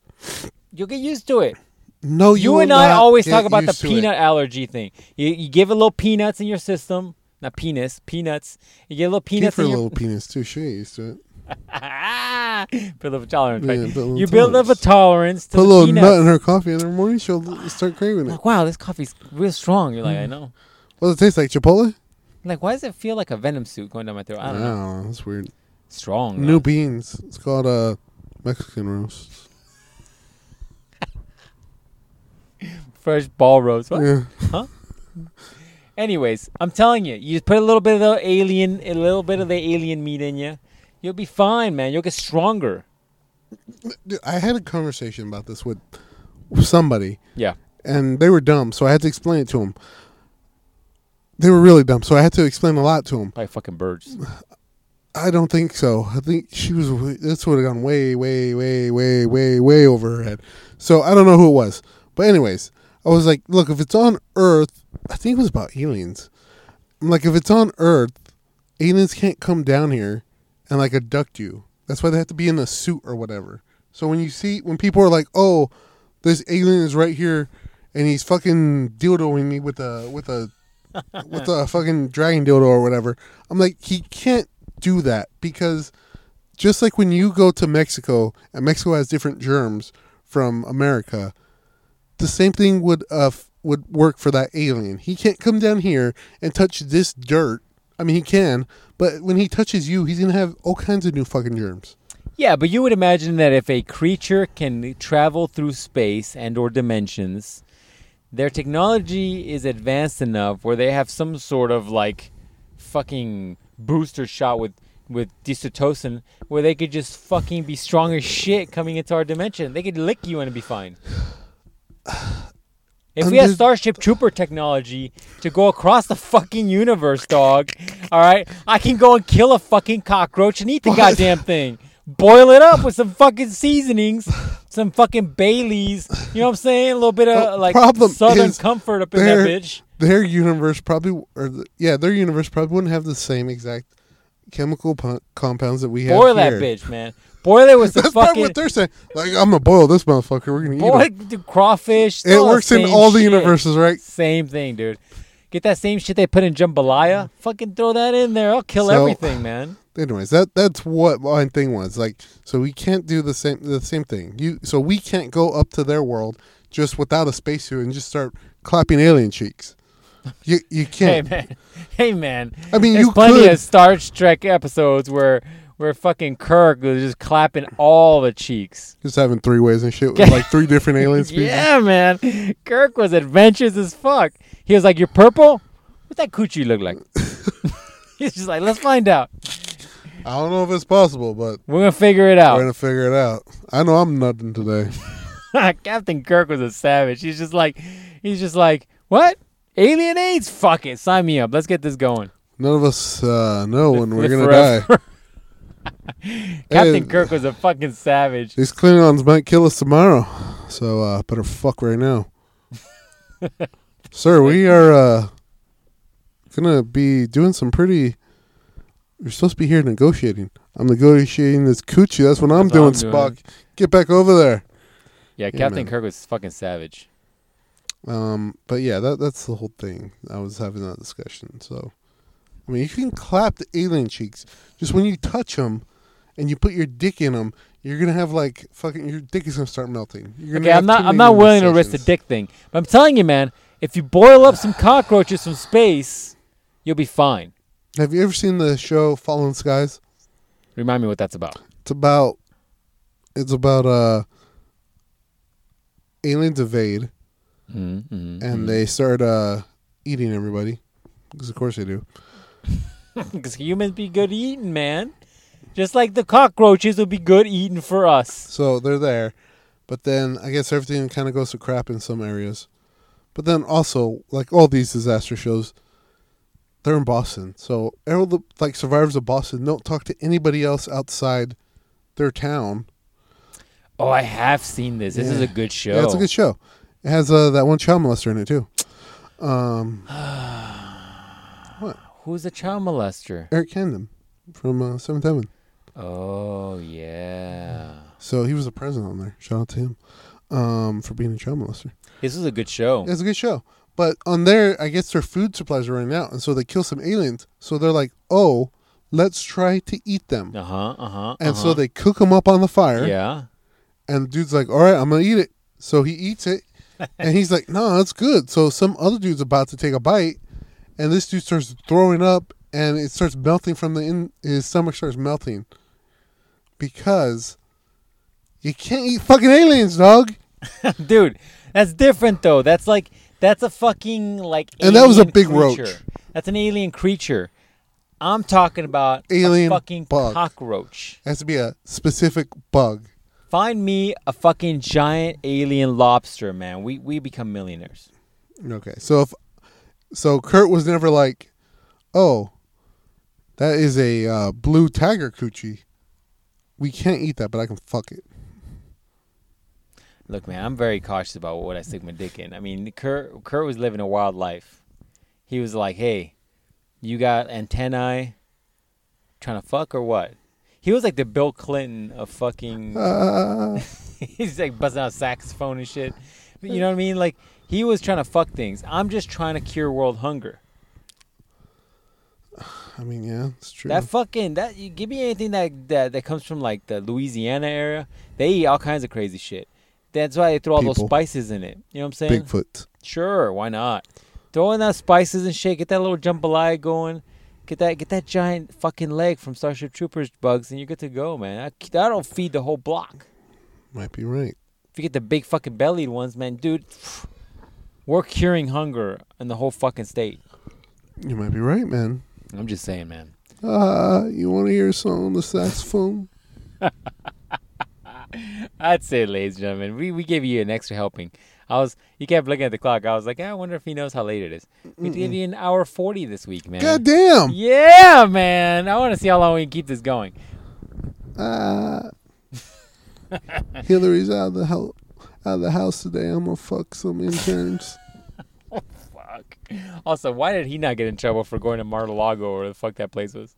You'll get used to it.
No, you,
You,
will
and I
not
always
get
talk about the
used to it.
peanut allergy thing. You, you give a little peanuts in your system, not penis, peanuts. You get a little
Keep
peanuts
her
in your
little penis too. She ain't used to it.
*laughs* build up a tolerance. right?
Yeah, build up
you build up a
tolerance.
tolerance to
Put a
the
little
peanuts.
nut in her coffee, and in the morning she'll l- start craving it.
Like wow, this coffee's real strong. You're
Mm.
like, I know.
What does it taste like? Chipotle?
Like, why does it feel like a venom suit going down my throat? I don't know.
That's weird.
Strong.
New
though.
beans. It's called uh, Mexican roast.
Fresh ball roast. What?
Yeah.
Huh? Anyways, I'm telling you, you put a little bit of the alien, a little bit of the alien meat in you, you'll be fine, man. You'll get stronger.
Dude, I had a conversation about this with somebody,
Yeah.
and they were dumb, so I had to explain it to them. They were really dumb, so I had to explain a lot to them.
Like fucking birds.
I don't think so. I think she was. w- This would have gone way, way, way, way, way, way over her head. So I don't know who it was. But anyways, I was like, look, if it's on Earth, I think it was about aliens. I'm like, if it's on Earth, aliens can't come down here and like abduct you. That's why they have to be in a suit or whatever. So when you see when people are like, oh, this alien is right here, and he's fucking dildoing me with a with a with a fucking dragon dildo or whatever. I'm like, he can't do that because just like when you go to Mexico and Mexico has different germs from America, the same thing would uh, f- would work for that alien. He can't come down here and touch this dirt. I mean, he can, but when he touches you, he's gonna have all kinds of new fucking germs.
Yeah, but you would imagine that if a creature can travel through space and or dimensions, their technology is advanced enough where they have some sort of like fucking booster shot with with dystotosin where they could just fucking be strong as shit coming into our dimension. They could lick you and it'd be fine. If we had
Under-
Starship Trooper technology to go across the fucking universe, dog, all right, I can go and kill a fucking cockroach and eat the goddamn thing. Boil it up with some fucking seasonings, some fucking Baileys. You know what I'm saying? A little bit of
The
like
problem
Southern
is
comfort up in that
there-
bitch.
Their universe probably, or the, yeah, their universe probably wouldn't have the same exact chemical po- compounds that we have.
Boil that
here.
bitch, man. Boil it with some
That's probably
fucking
what they're saying. Like, I'm gonna boil this motherfucker. We're gonna
boil
eat him.
it to crawfish. It's
It
all the
works in
oh, same
all the
shit.
universes, right?
Same thing, dude. Get that same shit they put in jambalaya. Fucking throw that in there. I'll kill
So-
everything, man.
Anyways, that that's what my thing was. Like, so we can't do the same the same thing. You so we can't go up to their world just without a spacesuit and just start clapping alien cheeks. You you
*laughs* Hey
can't.
man, hey man.
I mean,
There's
you
plenty
could.
of Star Trek episodes where where fucking Kirk was just clapping all the cheeks.
just having three ways and shit with like three different
*laughs*
alien species.
Yeah, man. Kirk was adventurous as fuck. He was like, "You're purple. What's that coochie
*laughs*
look like?" *laughs* He's just like, "Let's find out.
I don't know if it's possible, but
We're gonna figure it
we're
out."
gonna figure it out. I know I'm nothing today.
*laughs* Captain Kirk was a savage. He's just like, he's just like, "What? Alien AIDS? Fuck it. Sign me up. Let's get this going."
None of us uh, know when we're
Live
gonna
forever.
die.
*laughs* Captain
Hey,
Kirk was a fucking savage.
These Klingons might kill us tomorrow, so uh, better fuck right
*laughs*
now, sir. We are uh, gonna be doing some pretty. You're supposed to be here negotiating. I'm negotiating this coochie. That's what I'm
That's
doing,
what I'm doing.
Spock. Get back over there.
Yeah,
Yeah,
Captain
man.
Kirk was fucking savage.
Um, but yeah, that that's the whole thing. I was having that discussion. So, I mean, you can clap the alien cheeks. Just when you touch them, and you put your dick in them, you're gonna have like fucking your dick is gonna start melting. You're gonna
Okay,
have
I'm not
too
I'm
many
not willing to risk the
sensations.
dick thing, but I'm telling you, man, if you boil up some cockroaches from space, you'll be fine.
Have you ever seen the show Fallen Skies?
Remind me what that's about.
It's about it's about uh aliens evade
*laughs* Mm-hmm.
and they start uh eating everybody because of course they do.
because humans be good eating, man. Just like the cockroaches will be good eating for us.
So they're there, but then I guess everything kind of goes to crap in some areas. But then also, like all these disaster shows, they're in Boston. So all the like survivors of Boston don't talk to anybody else outside their town.
Oh, I have seen this. This is a
Yeah.
good show.
Yeah, it's a good show. It has uh, that one child molester in it too. Um,
Who's a child molester?
Eric Camden from uh, Seventh Heaven.
Oh yeah,
So he was the president on there. Shout out to him um, for being a child molester.
this is a good show.
It's a good show. But on there, I guess their food supplies are running out, and so they kill some aliens. So they're like, "Oh, let's try to eat them."
Uh huh. Uh huh.
And so they cook them up on the fire.
yeah.
And the dude's like, "All right, I'm gonna eat it." So he eats it, and he's like, "No, that's good." So some other dude's about to take a bite, and this dude starts throwing up, and it starts melting from the in his stomach starts melting because you can't eat fucking aliens, dog.
dude that's different though that's like That's a fucking like.
And that was a
alien
big
creature.
roach.
That's an alien creature. I'm talking about
Alien
a fucking
bug.
cockroach.
It has to be a specific bug.
Find me a fucking giant alien lobster, man. We we become millionaires.
Okay. So if so Kurt was never like, "Oh, that is a uh, blue tiger coochie. We can't eat that, but I can fuck it." *laughs*
Look, man, I'm very cautious about what I stick my dick in. I mean, Kurt Kurt was living a wild life. He was like, "Hey, you got antennae? Trying to fuck or what?" He was like the Bill Clinton of fucking.
Uh,
*laughs* he's like buzzing out saxophone and shit. But you know what I mean? Like he was trying to fuck things. I'm just trying to cure world hunger.
I mean, yeah, it's true.
That fucking that you give me anything that, that that comes from like the Louisiana area. They eat all kinds of crazy shit. That's why they throw all those
People.
spices in it. You know what I'm saying?
Bigfoot.
Sure, why not? Throw in that spices and shit. Get that little jambalaya going. Get that get that giant fucking leg from Starship Troopers bugs, and you're good to go, man. That- That'll feed the whole block.
Might be right.
If you get the big fucking bellied ones, man, dude, we're curing hunger in the whole fucking state.
You might be right, man.
I'm just saying, man.
Uh, you want to hear a song on the saxophone?
I'd say, ladies and gentlemen, we, we gave you an extra helping. I was you kept looking at the clock. I was like, I wonder if he knows how late it is. We gave you an hour forty this week, man.
God damn.
Yeah, man. I want to see how long we can keep this going.
Uh, Hillary's out of the house. Out of the house today, I'm gonna fuck
*laughs*
some interns.
Fuck. Also, why did he not get in trouble for going to Mar-a-Lago or the fuck that place was?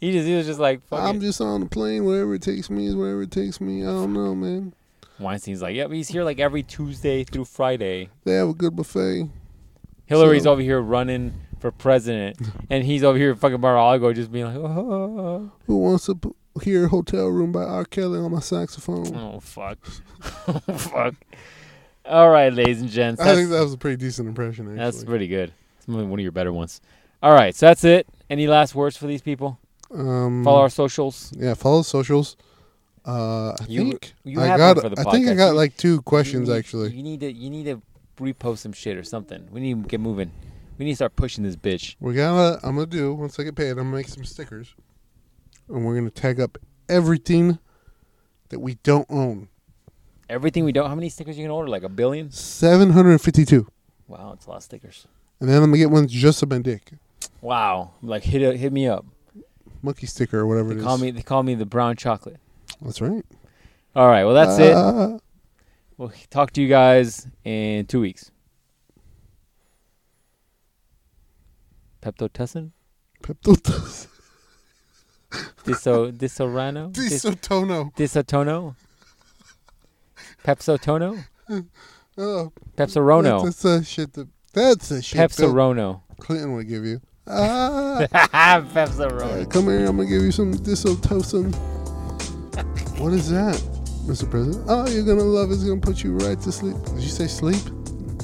He just he was just like, fuck
I'm
it.
just on the plane. Wherever it takes me is wherever it takes me. I don't know, man.
Weinstein's like, yep, he's here like every Tuesday through Friday.
They have a good buffet.
Hillary's
So-
over here running
*laughs*
for president, and he's over here fucking Mar-a-Lago just being like, oh,
Who wants to p- hear "Hotel Room" by R. Kelly on my saxophone?
oh fuck, *laughs* oh, fuck. All right, ladies and gents,
I
that's,
think that was a pretty decent impression. Actually,
that's pretty good. It's one of your better ones. All right, so that's it. Any last words for these people?
um,
Follow our socials.
Yeah, follow socials. Uh, I
You-
think
you
I
have
got.
one for the
I think I
podcast.
got
You-
like two questions
You need-
actually.
You need to you need to repost some shit or something. We need to get moving. We need to start pushing this bitch.
We're gonna. I'm gonna do once I get paid. I'm gonna make some stickers, and we're gonna tag up everything that we don't own.
Everything we don't. How many stickers you can order? Like a billion?
Seven hundred fifty-two,
Wow, it's a lot of stickers.
and then I'm gonna get one just of my dick,
Wow. Like hit a, hit me up.
monkey sticker or whatever
They
it is.
call me they call me the brown chocolate.
That's right.
All right. Well, that's it.
Uh,
We'll talk to you guys in two weeks. Peptotussin?
Pepto-
Diso
*laughs*
disorano? Dis-
Disotono.
disotono? Pepsotono?
Oh,
Pepsorono.
That's a shit. That, that's a shit. Bill
Pepsorono. *laughs*
Clinton would give you. Ah,
Pepsorono.
come here. I'm gonna give you some disotocin. What is that, Mr. President? Oh, you're gonna love. It's gonna put you right to sleep. Did you say sleep?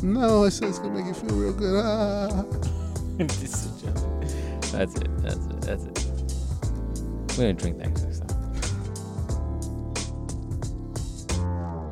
No, I said it's gonna make you feel real good. Ah.
*laughs* Disotono. That's it. That's it. That's it. We're gonna drink next time.